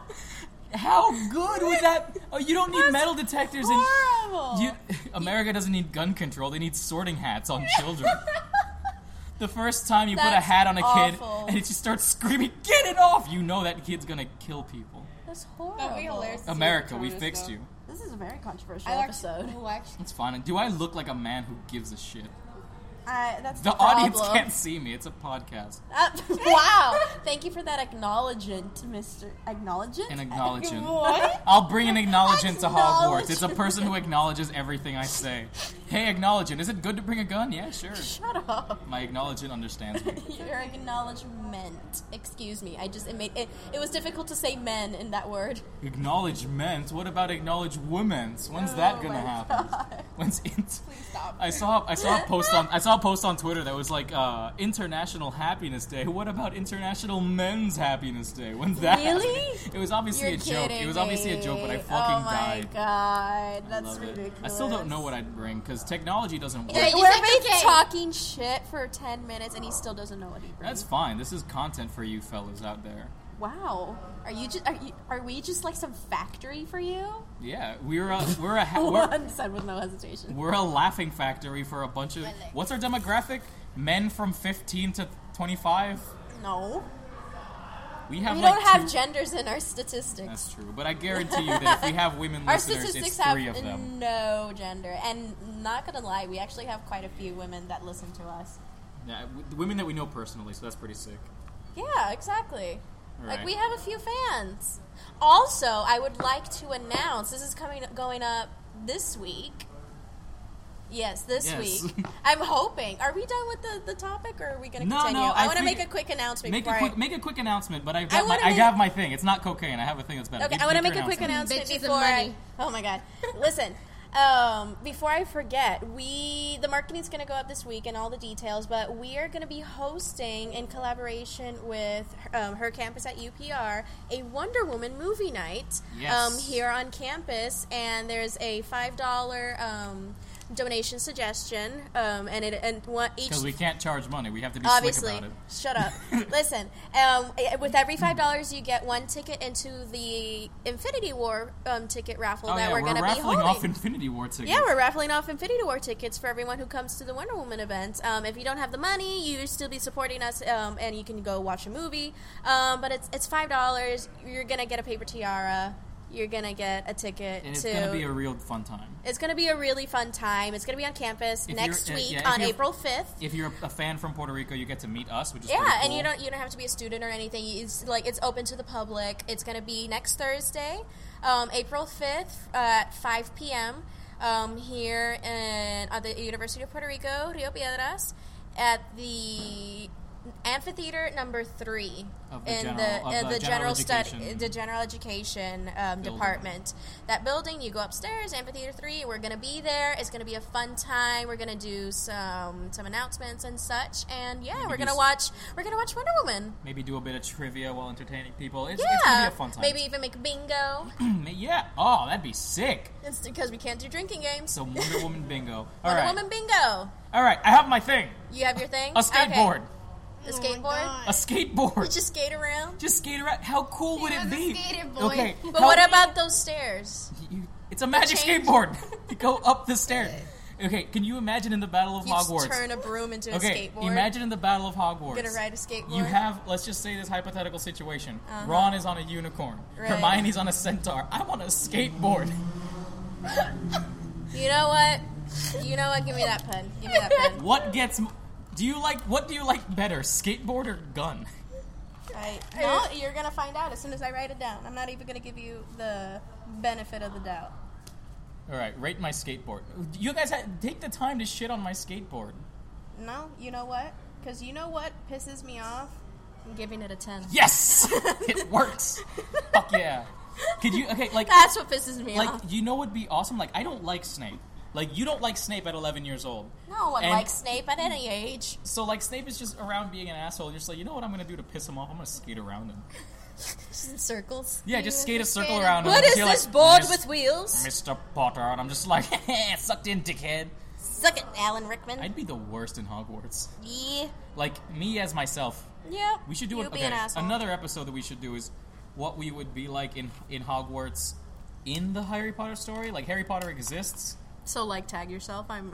How good would that? Oh, you don't need metal detectors and horrible! you, America doesn't need gun control. They need sorting hats on children. the first time you put a That's hat on a kid awful. and it just starts screaming, "Get it off!" You know that kid's gonna kill people. That's horrible. That'd be Oh, hilarious. America, we Patronus, fixed though. you. This is a very controversial I actually- episode. who actually- It's fine. Do I look like a man who gives a shit? I, that's The the, audience problem. can't see me. It's a podcast. Uh, wow! Thank you for that acknowledgement, Mr. Acknowledgement? An acknowledgement. What? I'll bring an acknowledgement to Hogwarts. It's a person who acknowledges everything I say. Hey, acknowledgement. Is it good to bring a gun? Yeah, sure. Shut up. My acknowledgement understands me. Your acknowledgement. Excuse me. I just it made it. It was difficult to say men in that word. Acknowledgement? What about acknowledge women? Oh When's that gonna happen? When's int- Stop. I saw I saw a post on I saw a post on Twitter that was like uh, International Happiness Day. What about International Men's Happiness Day? When's that? Really? happening? It was obviously You're a joke. It kidding was obviously a joke, but I me. fucking oh died. my god, I that's love it. ridiculous. I still don't know what I'd bring because technology doesn't work. Yeah, you We're said been cocaine. talking shit for ten minutes, and he still doesn't know what he brings. That's fine. This is content for you fellas out there. Wow. Are you just are, you, are we just like some factory for you? Yeah, we're a we're a ha- we're, One said with no hesitation. we're a laughing factory for a bunch of. What's our demographic? Men from 15 to 25. No. We have We like don't have two- genders in our statistics. That's true, but I guarantee you that if we have women Our listeners, it's statistics have three of them. no gender. And not gonna lie, we actually have quite a few women that listen to us. Yeah, w- the women that we know personally, so that's pretty sick. Yeah, exactly. Like Alright. we have a few fans. Also, I would like to announce this is coming going up this week. Yes, this Yes. week. I'm hoping. Are we done with the, the topic, or are we going to No, continue? no, I, I want to think- make a quick announcement. Make a before quick, I, make a quick announcement, but I, I have my, wanna I make- have my thing. It's not cocaine. I have a thing that's better. Okay, You I want to your make a quick announcement Bitches and before. I, money. oh my god! Listen, um, before I forget, we the marketing's going to go up this week and all the details, but we are going to be hosting in collaboration with um, her campus at UPR a Wonder Woman movie night Yes. um, here on campus, and there's a five dollar. Um, donation suggestion um, and it and one, each Because we can't charge money. We have to be Obviously, slick about it. shut up. Listen, um, eh, with every five dollars, you get one ticket into the Infinity War um, ticket raffle oh, that yeah, we're, going to be raffling holding. off Infinity War tickets. yeah, we're raffling off Infinity War tickets for everyone who comes to the Wonder Woman event. Um, if you don't have the money, you still be supporting us, um, and you can go watch a movie. Um, but it's it's five dollars. You're gonna get a paper tiara. You're gonna get a ticket and it's to. going to be a real fun time. it's gonna be a really fun time. It's gonna be on campus If next you're- eh, week yeah, if on you're- April fifth. If you're a fan from Puerto Rico, you get to meet us, which is Yeah, pretty and you cool. don't you don't have to be a student or anything. You- It's like it's open to the public. It's going to be next Thursday, um, April fifth uh, at five p.m. Um, here in at the University of Puerto Rico, Rio Piedras, at the amphitheater number three Of the in general- the, of in the general the general study education the general education um, building. department. That building, you go upstairs, amphitheater three. We're gonna be there. It's gonna be a fun time. We're gonna do some some announcements and such. And yeah, we're do gonna s- watch we're gonna watch Wonder Woman. Maybe do a bit of trivia while entertaining people. It's, it's going to Yeah, be a fun time. maybe even make bingo. yeah. Oh, that'd be sick. it's because we can't do drinking games. So Wonder Woman bingo. All right. Wonder Woman bingo. All right. I have my thing. You have your thing. A skateboard. Okay. The Oh my skateboard. God. A skateboard. You just skate around. Just skate around. How cool would was it a be? skater boy. Okay, But how- what about those stairs? you- it's a magic change? skateboard. you go up the stairs. Okay, can you imagine in the Battle of You just Hogwarts? turn a broom into okay, a skateboard. imagine in the Battle of Hogwarts. You're gonna ride a skateboard. You have, let's just say this hypothetical situation. Ron is on a unicorn. Right. Hermione's on a centaur. I'm on a skateboard. You know what? You know what? Give me that pen. Give me that pen. What gets? m- Do you like? What do you like better, skateboard or gun? I, no, you're gonna find out as soon as I write it down. I'm not even gonna give you the benefit of the doubt. All right, rate my skateboard. You guys ha- take the time to shit on my skateboard. No, you know what? Because you know what pisses me off? I'm giving it a ten. Yes, it works. Fuck yeah. Could you? Okay, like That's what pisses me Like, off. you know what'd be awesome? Like, I don't like Snape. Like, you don't like Snape at 11 years old. No one and- likes Snape at any age. So, like, Snape is just around being an asshole. You're just like, you know what I'm gonna do to piss him off? I'm gonna skate around him. Just in circles. Yeah, just skate a circle skating. around him. What and is you're this like, board "Mis- with wheels? Mr. Potter? And I'm just like, sucked in, dickhead. Suck it, Alan Rickman. I'd be the worst in Hogwarts. yeah. Like, me as myself. Yeah. We should do You'd an, be okay, an asshole. another episode that we should do is what we would be like in in Hogwarts in the Harry Potter story. Like, Harry Potter exists. So like tag yourself. I'm.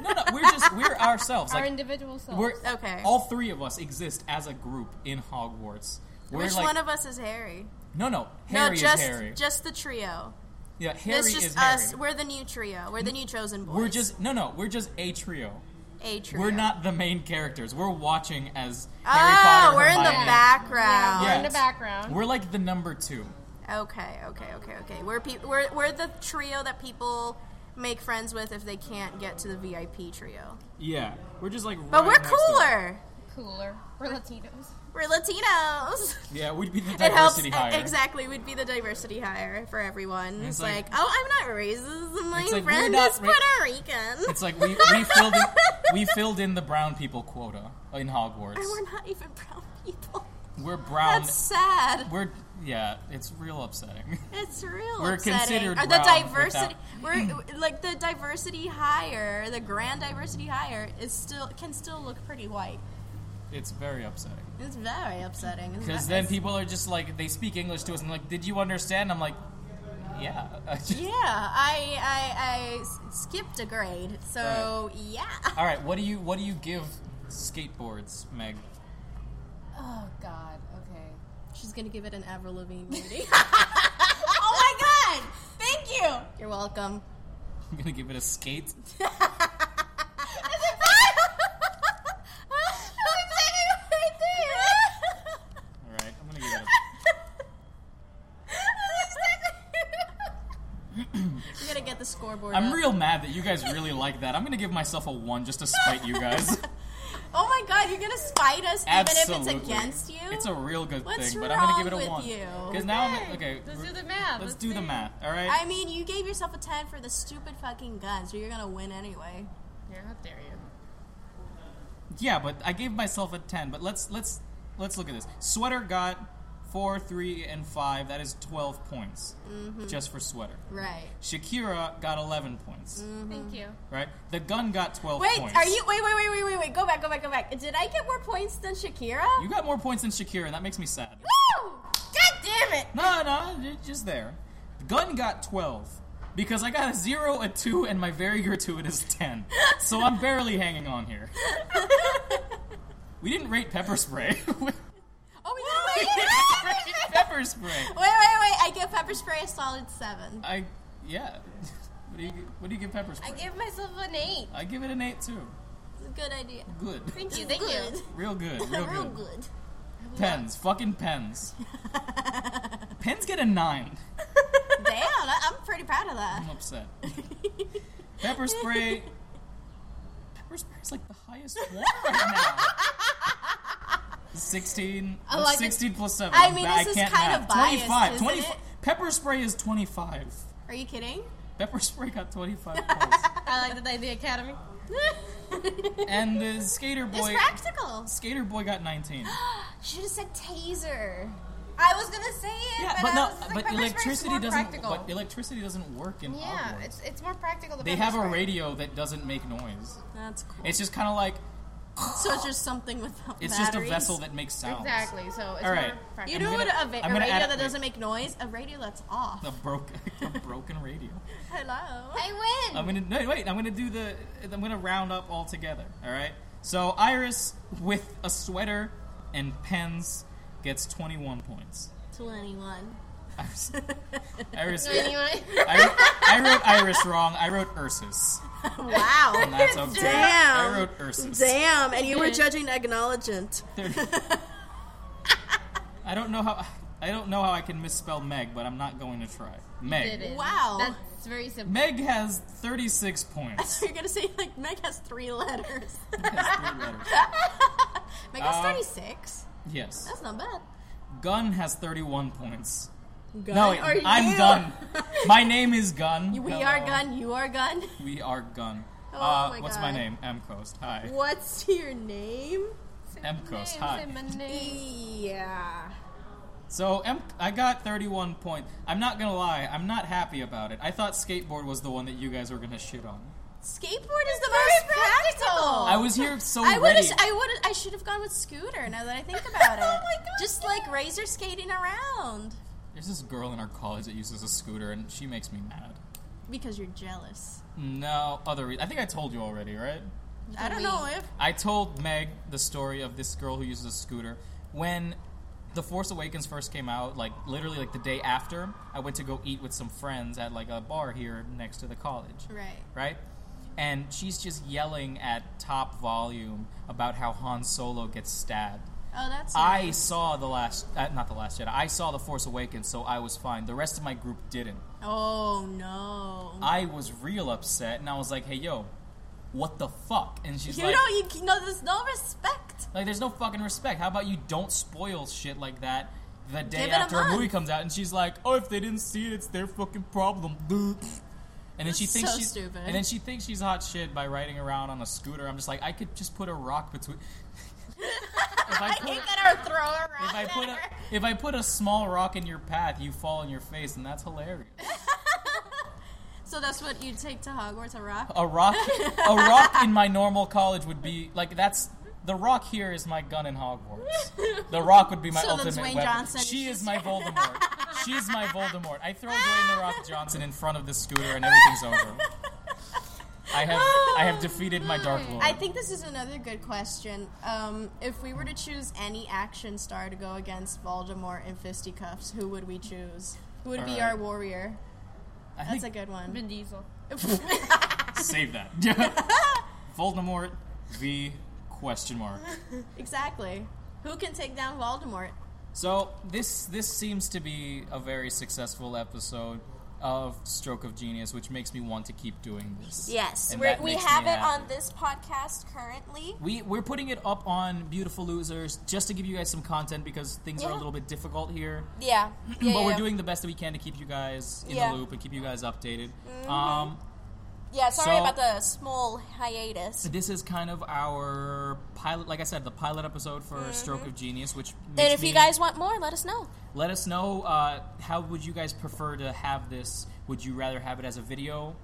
No, no, we're just, we're ourselves. Our like, individual selves. We're Okay. All three of us exist as a group in Hogwarts. We're Which like, one of us is Harry? no, no, Harry no, just is Harry. just the trio. yeah, Harry it's just is us. Harry. We're the new trio. We're the new chosen boys. We're just no, no. We're just a trio. a trio. We're not the main characters. We're watching as Harry Oh, Potter. we're in the Hermione. background. We're in the Yes. background. We're like the number two. Okay, okay, okay, okay. We're peop we're we're the trio that people make friends with if they can't get to the VIP trio. Yeah, we're just like. But right we're next to them. cooler. cooler. We're Latinos. We're Latinos. Yeah, we'd be the It helps e- diversity higher. exactly. We'd be the diversity hire for everyone. It's It's like, like- oh, I'm not racist. My It's like, we're friend not is ra- Puerto Rican. It's like we, we filled in, we filled in the brown people quota in Hogwarts. And we're not even brown Um, people. We're brown. That's sad. We're yeah, it's real upsetting. It's real. We're upsetting. considered Or the brown diversity. We're like the diversity hire. The grand diversity hire is still can still look pretty white. it's very upsetting. It's very upsetting. It's Because ve- then it's- people are just like they speak English to us and like, did you understand? I'm like, yeah. I just- Yeah, I, I, I s- skipped a grade, so yeah. All right, what do you what do you give skateboards, Meg? Oh God. Okay. She's gonna give it an Avril Lavigne rating. oh my god! Thank you! You're welcome. I'm gonna give it a skate. All right, I'm gonna give it. A, You gotta get the scoreboard. I'm up. real mad that you guys really like that. I'm gonna give myself a one just to spite you guys. Oh my god, you're gonna spite us Absolutely. even if it's against you? It's a real good What's thing, but I'm gonna give wrong it a with one. you? Because now I'm okay. Let's we're- do the math. let's do the math. All right. I mean, you gave yourself a ten for the stupid fucking gun, so you're gonna win anyway. Yeah, how dare you? Yeah, but I gave myself a ten. But let's let's let's look at this. Sweater got four, three, and five. That is twelve points just for sweater. Mm-hmm. Right. Mm-hmm. Shakira got eleven points. Thank you. Right. The gun got twelve. Wait, points. are you? Wait, wait, wait, wait, wait, wait. Go back, go back, go back. Did I get more points than Shakira? You got more points than Shakira, and that makes me sad. Woo! God damn it! No, no, ju- just there. Gun got 12 because I got a 0, a 2, and my very gratuitous 10. So I'm barely hanging on here. We didn't rate pepper spray. we Oh, we did. didn't rate pepper spray. Wait, wait, wait. I give pepper spray a solid seven. I, yeah. What do you, gi- what do you give pepper spray? I give myself an eight. I give it an 8 too. It's a good idea. Good. Thank you. Thank you. Real good. Real Real good. good. Pens. Fucking pens. Pens get a 9. Damn, I, I'm pretty proud of that. I'm upset. Pepper spray. Pepper spray is like the highest one right now. 16. I like it. 16 plus 7. I mean, I'm ba- this is can't kind of math. biased, 25. isn't 25 Pepper spray is 25. Are you kidding? Pepper spray got 25 points. I like the idea academy. And the skater It's boy. practical. Skater boy got 19. Should have said taser. I was gonna say it, Yeah, but, but I no, was like, but pepper spray is electricity more doesn't. Practical. But electricity doesn't work in yeah, Hogwarts. it's it's more practical. than They pepper have a spray. radio that doesn't make noise. That's cool. It's just kind of like so it's just something without it's batteries. just a vessel that makes sounds. Exactly. So it's All right. more practical. You I'm know what? gonna- A, va- I'm a gonna radio add- that doesn't make noise. A radio that's off. A broken, a broken radio. Hello. I win. I'm gonna no, wait. I'm gonna do the. I'm gonna round up all together. All right. So Iris with a sweater and pens gets 21 points. Twenty-one. Iris. Iris. Anyway. I, wrote- I wrote Iris wrong. I wrote Ursus, Wow. and that's okay. Damn. I wrote Ursus. Damn. And you were judging acknowledgent. I don't know how. I don't know how I can misspell Meg, but I'm not going to try. Did Meg. it. Wow. That's very simple. Meg has 36 points. You're gonna say like Meg has three letters. That's three letters. Meg has Uh, thirty-six. Yes. That's not bad. Gun has 31 points. Gun No, wait, or I'm you? Gun. My name is Gun. We Hello. are gun. You are gun. We are Gun. Oh uh, my what's God. my name? M Coast. Hi. What's your name? M Coast. Hi. Yeah. So M- I got 31 point. I'm not gonna lie. I'm not happy about it. I thought skateboard was the one that you guys were gonna shit on. Skateboard is the most practical. I was here so I would ready. have. I would. I should have gone with scooter. Now that I think about it. oh my god! Just like razor skating around. There's this girl in our college that uses a scooter, and she makes me mad. Because you're jealous. No other. Re- I think I told you already, right? I don't know if. I told Meg the story of this girl who uses a scooter. When The Force Awakens first came out, like literally like the day after, I went to go eat with some friends at like a bar here next to the college Right. right? And she's just yelling at top volume about how Han Solo gets stabbed. Oh, that's. I saw the last, uh, not the last Jedi. I saw the Force Awakens, so I was fine. The rest of my group didn't. Oh no. I was real upset, and I was like, "Hey, yo, what the fuck?" And she's You like, don't. You no. There's no respect. "Like, there's no fucking respect. How about you don't spoil shit like that the day Give it a after a, movie month." comes out?" And she's like, "Oh, if they didn't see it, it's their fucking problem." And then she That's thinks so she's stupid. And then she thinks she's hot shit by riding around on a scooter. I'm just like, I could just put a rock between. if I put, Better throw around. if I put a if I put a small rock in your path, you fall on your face, and that's hilarious. So that's what you take to Hogwarts, a rock. A rock, a rock in my normal college would be like that's The Rock here is my gun in Hogwarts. The Rock would be my So then ultimate Dwayne weapon. Johnson She is is my Voldemort. she is my Voldemort. I throw Dwayne the Rock Johnson in front of the scooter and everything's over. I have I have defeated my Dark Lord. Oh, I think this is another good question. Um, if we were to choose any action star to go against Voldemort in fisticuffs, who would we choose? Who would be Alright. our warrior? I That's think- a good one. Vin Diesel. Save that. Voldemort v question mark. Exactly. Who can take down Voldemort? So this this seems to be a very successful episode of Stroke of Genius, which makes me want to keep doing this. Yes, And we're, that we makes me have it happy. on this podcast currently. We we're putting it up on Beautiful Losers just to give you guys some content because things are a Yeah. little bit difficult here. Yeah, yeah, but yeah. we're doing the best that we can to keep you guys in Yeah. Mm-hmm. the loop and keep you guys updated. Um, Yeah, sorry So- about the small hiatus. this is kind of our pilot, like I said, the pilot episode for Stroke of Genius, which And makes Mm-hmm. if you me- guys want more, let us know. let us know uh, how would you guys prefer to have this? Would you rather have it as a video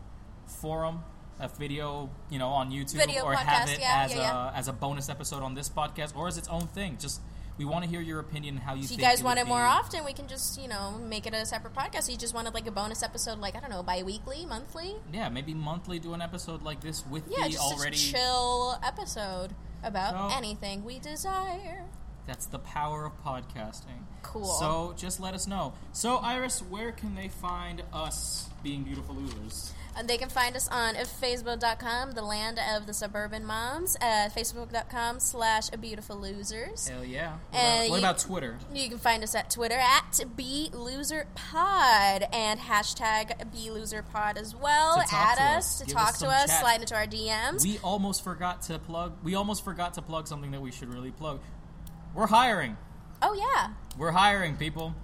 forum? A video, you know, on YouTube, Video or have podcast, it yeah, as yeah, yeah. a as a bonus episode on this podcast, or as its own thing. Just we want to hear your opinion, how you. If you think guys it want would it more be. often, we can just, you know, make it a separate podcast. You just wanted like a bonus episode, like, I don't know, bi weekly, monthly? Yeah, maybe monthly do an episode like this with Yeah, the just already. Oh. a chill episode about So- anything we desire. That's the power of podcasting. Cool. So just let us know. So Iris, where can they find us being beautiful losers? And they can find us on facebook.com, the land of the suburban moms, uh, at facebook.com slash beautiful losers. Hell yeah. What, Uh, about, what you- about Twitter? You can find us at Twitter at BLoserPod and hashtag BLoserPod as well. To talk Add to us. us to Give talk us to some us, chat. slide into our DMs. We almost forgot to plug. We almost forgot to plug something that we should really plug. We're hiring. oh, yeah. We're hiring people.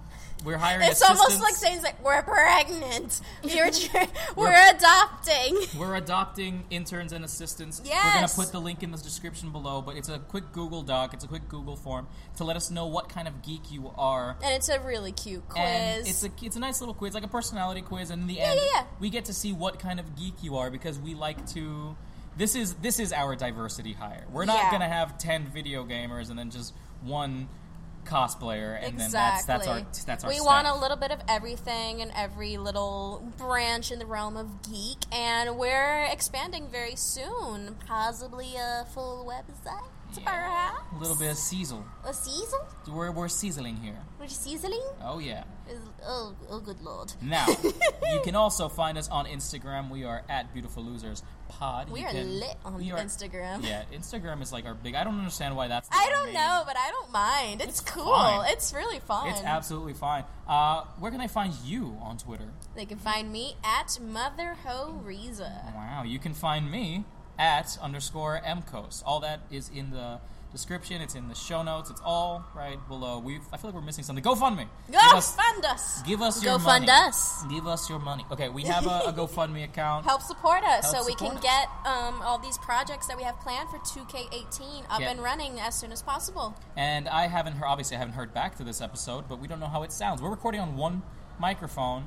We're hiring. It's almost like saying, like, we're pregnant. We're, we're We're- adopting. We're adopting interns and assistants. We're going to Yes. put the link in the description below, but it's a quick Google Doc. It's a quick Google form to let us know what kind of geek you are. And it's a really cute quiz. And it's a it's a nice little quiz, like a personality quiz. And in the end, yeah, yeah. we get to see what kind of geek you are because we like to. This is this is our diversity hire. We're not Yeah. gonna have ten video gamers and then just one cosplayer, and then that's that's our that's our. we staff. want a little bit of everything and every little branch in the realm of geek, and we're expanding very soon. Possibly a full website, perhaps A little bit of sizzle. a season. We're we're sizzling here. We're seasoning. Oh yeah. Oh, oh, good lord! Now you can also find us on Instagram. We are at Beautiful Losers Pod. You We are can- lit on we are- Instagram. Yeah, Instagram is like our big. I don't understand why that's. the I don't main- know, but I don't mind. It's, cool. fine. It's really fun. It's absolutely fine. Uh, where can I find you on Twitter? they can find me at Mother Ho Riza. Wow, you can find me at underscore mcos. All that is in the description. It's in the show notes. It's all right below. We I feel like we're missing something. GoFundMe. Go Give us, Oh, fund us. give us your Go fund money. us. Give us your money. Okay, we have a, a GoFundMe account. help support us Help so we can support get um, all these projects that we have planned for 2K18 up Yeah. and running as soon as possible. And I haven't heard. Obviously, I haven't heard back to this episode, but we don't know how it sounds. We're recording on one microphone.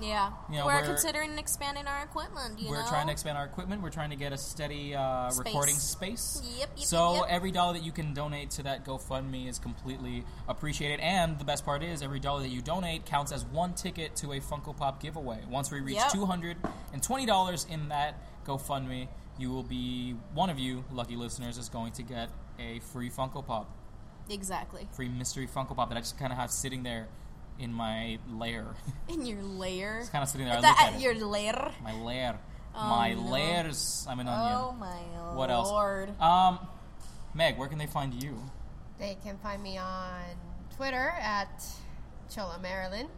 Yeah, You know, we're, we're- considering expanding our equipment. You we're know, trying to expand our equipment. We're trying to get a steady uh, Space. recording space. Yep, yep, so yep, yep. every dollar that you can donate to that GoFundMe is completely appreciated. And the best part is, every dollar that you donate counts as one ticket to a Funko Pop giveaway. Once we reach Yep. two hundred and twenty dollars in that GoFundMe, you will be one of you lucky listeners is going to get a free Funko Pop, exactly free mystery Funko Pop that I just kind of have sitting there in my lair. in your layer. it's kind of sitting there. I That- look at it. your layer. My lair. my no. lairs. I'm an onion. Oh my What else? lord! Um, Meg, where can they find you? They can find me on Twitter at Chola Marilyn.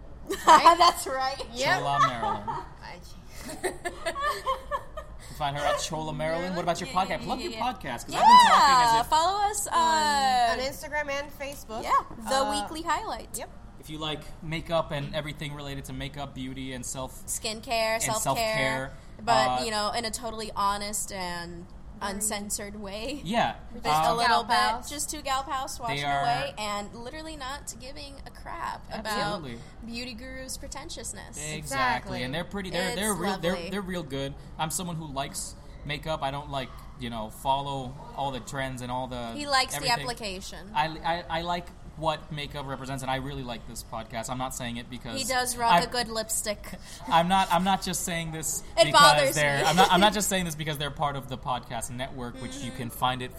That's right. Chola, Maryland. I ch- You can find her at Chola, Maryland. What about your podcast? Love your podcast because I've been talking Yeah, as Uh, follow us on on Instagram and Facebook. yeah the Um, Uh, weekly highlights. Yep. if, if you like makeup and everything related to makeup, beauty, and self. skincare, self self-care, care, but uh, you know, in a totally honest and uncensored way. Yeah. Just um, a little Gal bit, pals. just two gal pals washing are- away and literally not giving a crap Absolutely. about beauty gurus' pretentiousness. Exactly, and they're pretty. They're they're It's real. They're lovely. they're real good. I'm someone who likes makeup. I don't like you know, follow all the trends and all the. He likes everything. the application. I, I, I like what makeup represents, and I really like this podcast. I'm not saying it because he does rock I- a good lipstick. I'm not. I'm not just saying this It because bothers they're. me. I'm not. I'm not just saying this because they're part of the podcast network, which you can find at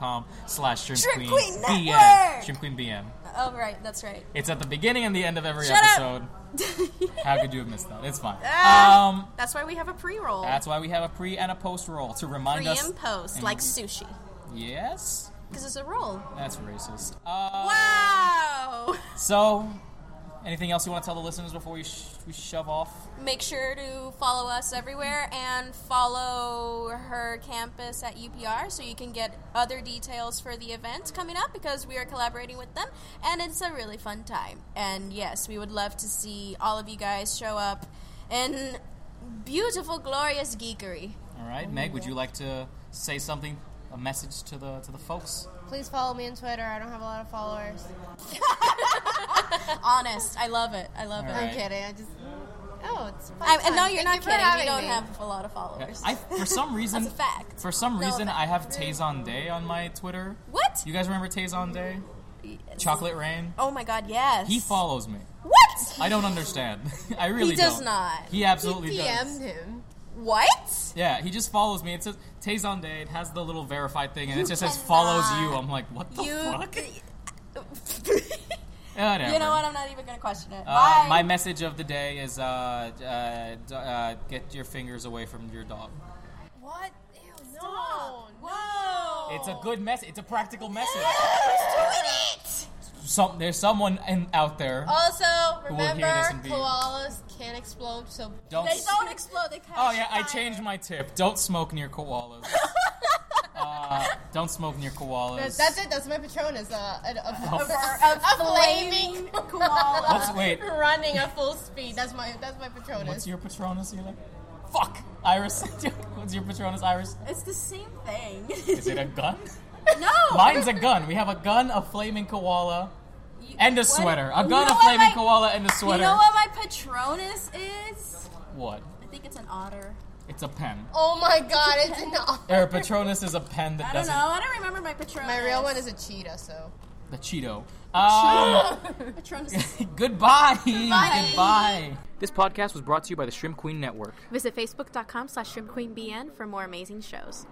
facebook.com/slash shrimp Mm. Shrimp Queen BM. Network! Shrimp Queen BM. Oh, right, that's right. It's at the beginning and the end of every Shut episode. up. How could you have missed that? It's fine. Ah. Um, That's why we have a pre-roll. that's why we have a pre and a post roll to remind pre us. and post, and- like sushi, Yes, because it's a roll. that's racist. Uh, Wow. So, anything else you want to tell the listeners before we, sh- we shove off? Make sure to follow us everywhere and follow her campus at UPR so you can get other details for the event coming up because we are collaborating with them and it's a really fun time. And yes, we would love to see all of you guys show up in beautiful, glorious geekery. All right, Meg, would you like to say something, a message to the to the folks? Please follow me on Twitter. I don't have a lot of followers. Honest, I love it. I love All it. right. I'm kidding. I just. Oh, it's. a Fun I, time. and no, you're Thank not you for kidding. having We don't me. have a lot of followers. I for some reason That's a fact. For some No reason, I have offense. Tazon Day on my Twitter. What? You guys remember Tazon Day? Chocolate Rain. Oh my God! Yes. He follows me. What? I don't understand. I really He does don't. not. He absolutely He does. DM'd him. What? Yeah, he just follows me. It says Tazon Day. It has the little verified thing, and it just says follows you. I'm like, what the You. fuck? you Whatever. know what? I'm not even gonna question it. Uh, Bye. my message of the day is uh, uh, d- uh, get your fingers away from your dog. What? Ew, no. Whoa. It's a good message. It's a practical message. Who's Some, there's someone in, out there. Oh, Also, will hear remember, this and be- koalas can explode, Oh, so Don't. doing it? They don't explode. They catch Oh yeah, I fire. changed my tip. Don't smoke near koalas. uh, don't smoke near koalas. That's it. That's my Patronus. Uh, a, a, A, a flaming koala. What's wait? running at full speed. That's my that's my Patronus. What's your Patronus? You're like, fuck, Iris. What's your Patronus, Iris? It's the same thing. Is it a gun? no. Mine's a gun. We have a gun, a flaming koala, You- and a what- sweater. A You gun, know a what flaming my- koala, and a You sweater. know what my Patronus is? What? I think it's an otter. It's a pen. oh my god, it's an otter. Or Patronus is a pen that Oh, I don't doesn't. know. I don't remember my Patronus. My real one is a cheetah, so. The Cheeto. Um, Patronus. goodbye. Goodbye. This podcast was brought to you by the Shrimp Queen Network. Visit facebook.com slash shrimpqueenbn for more amazing shows.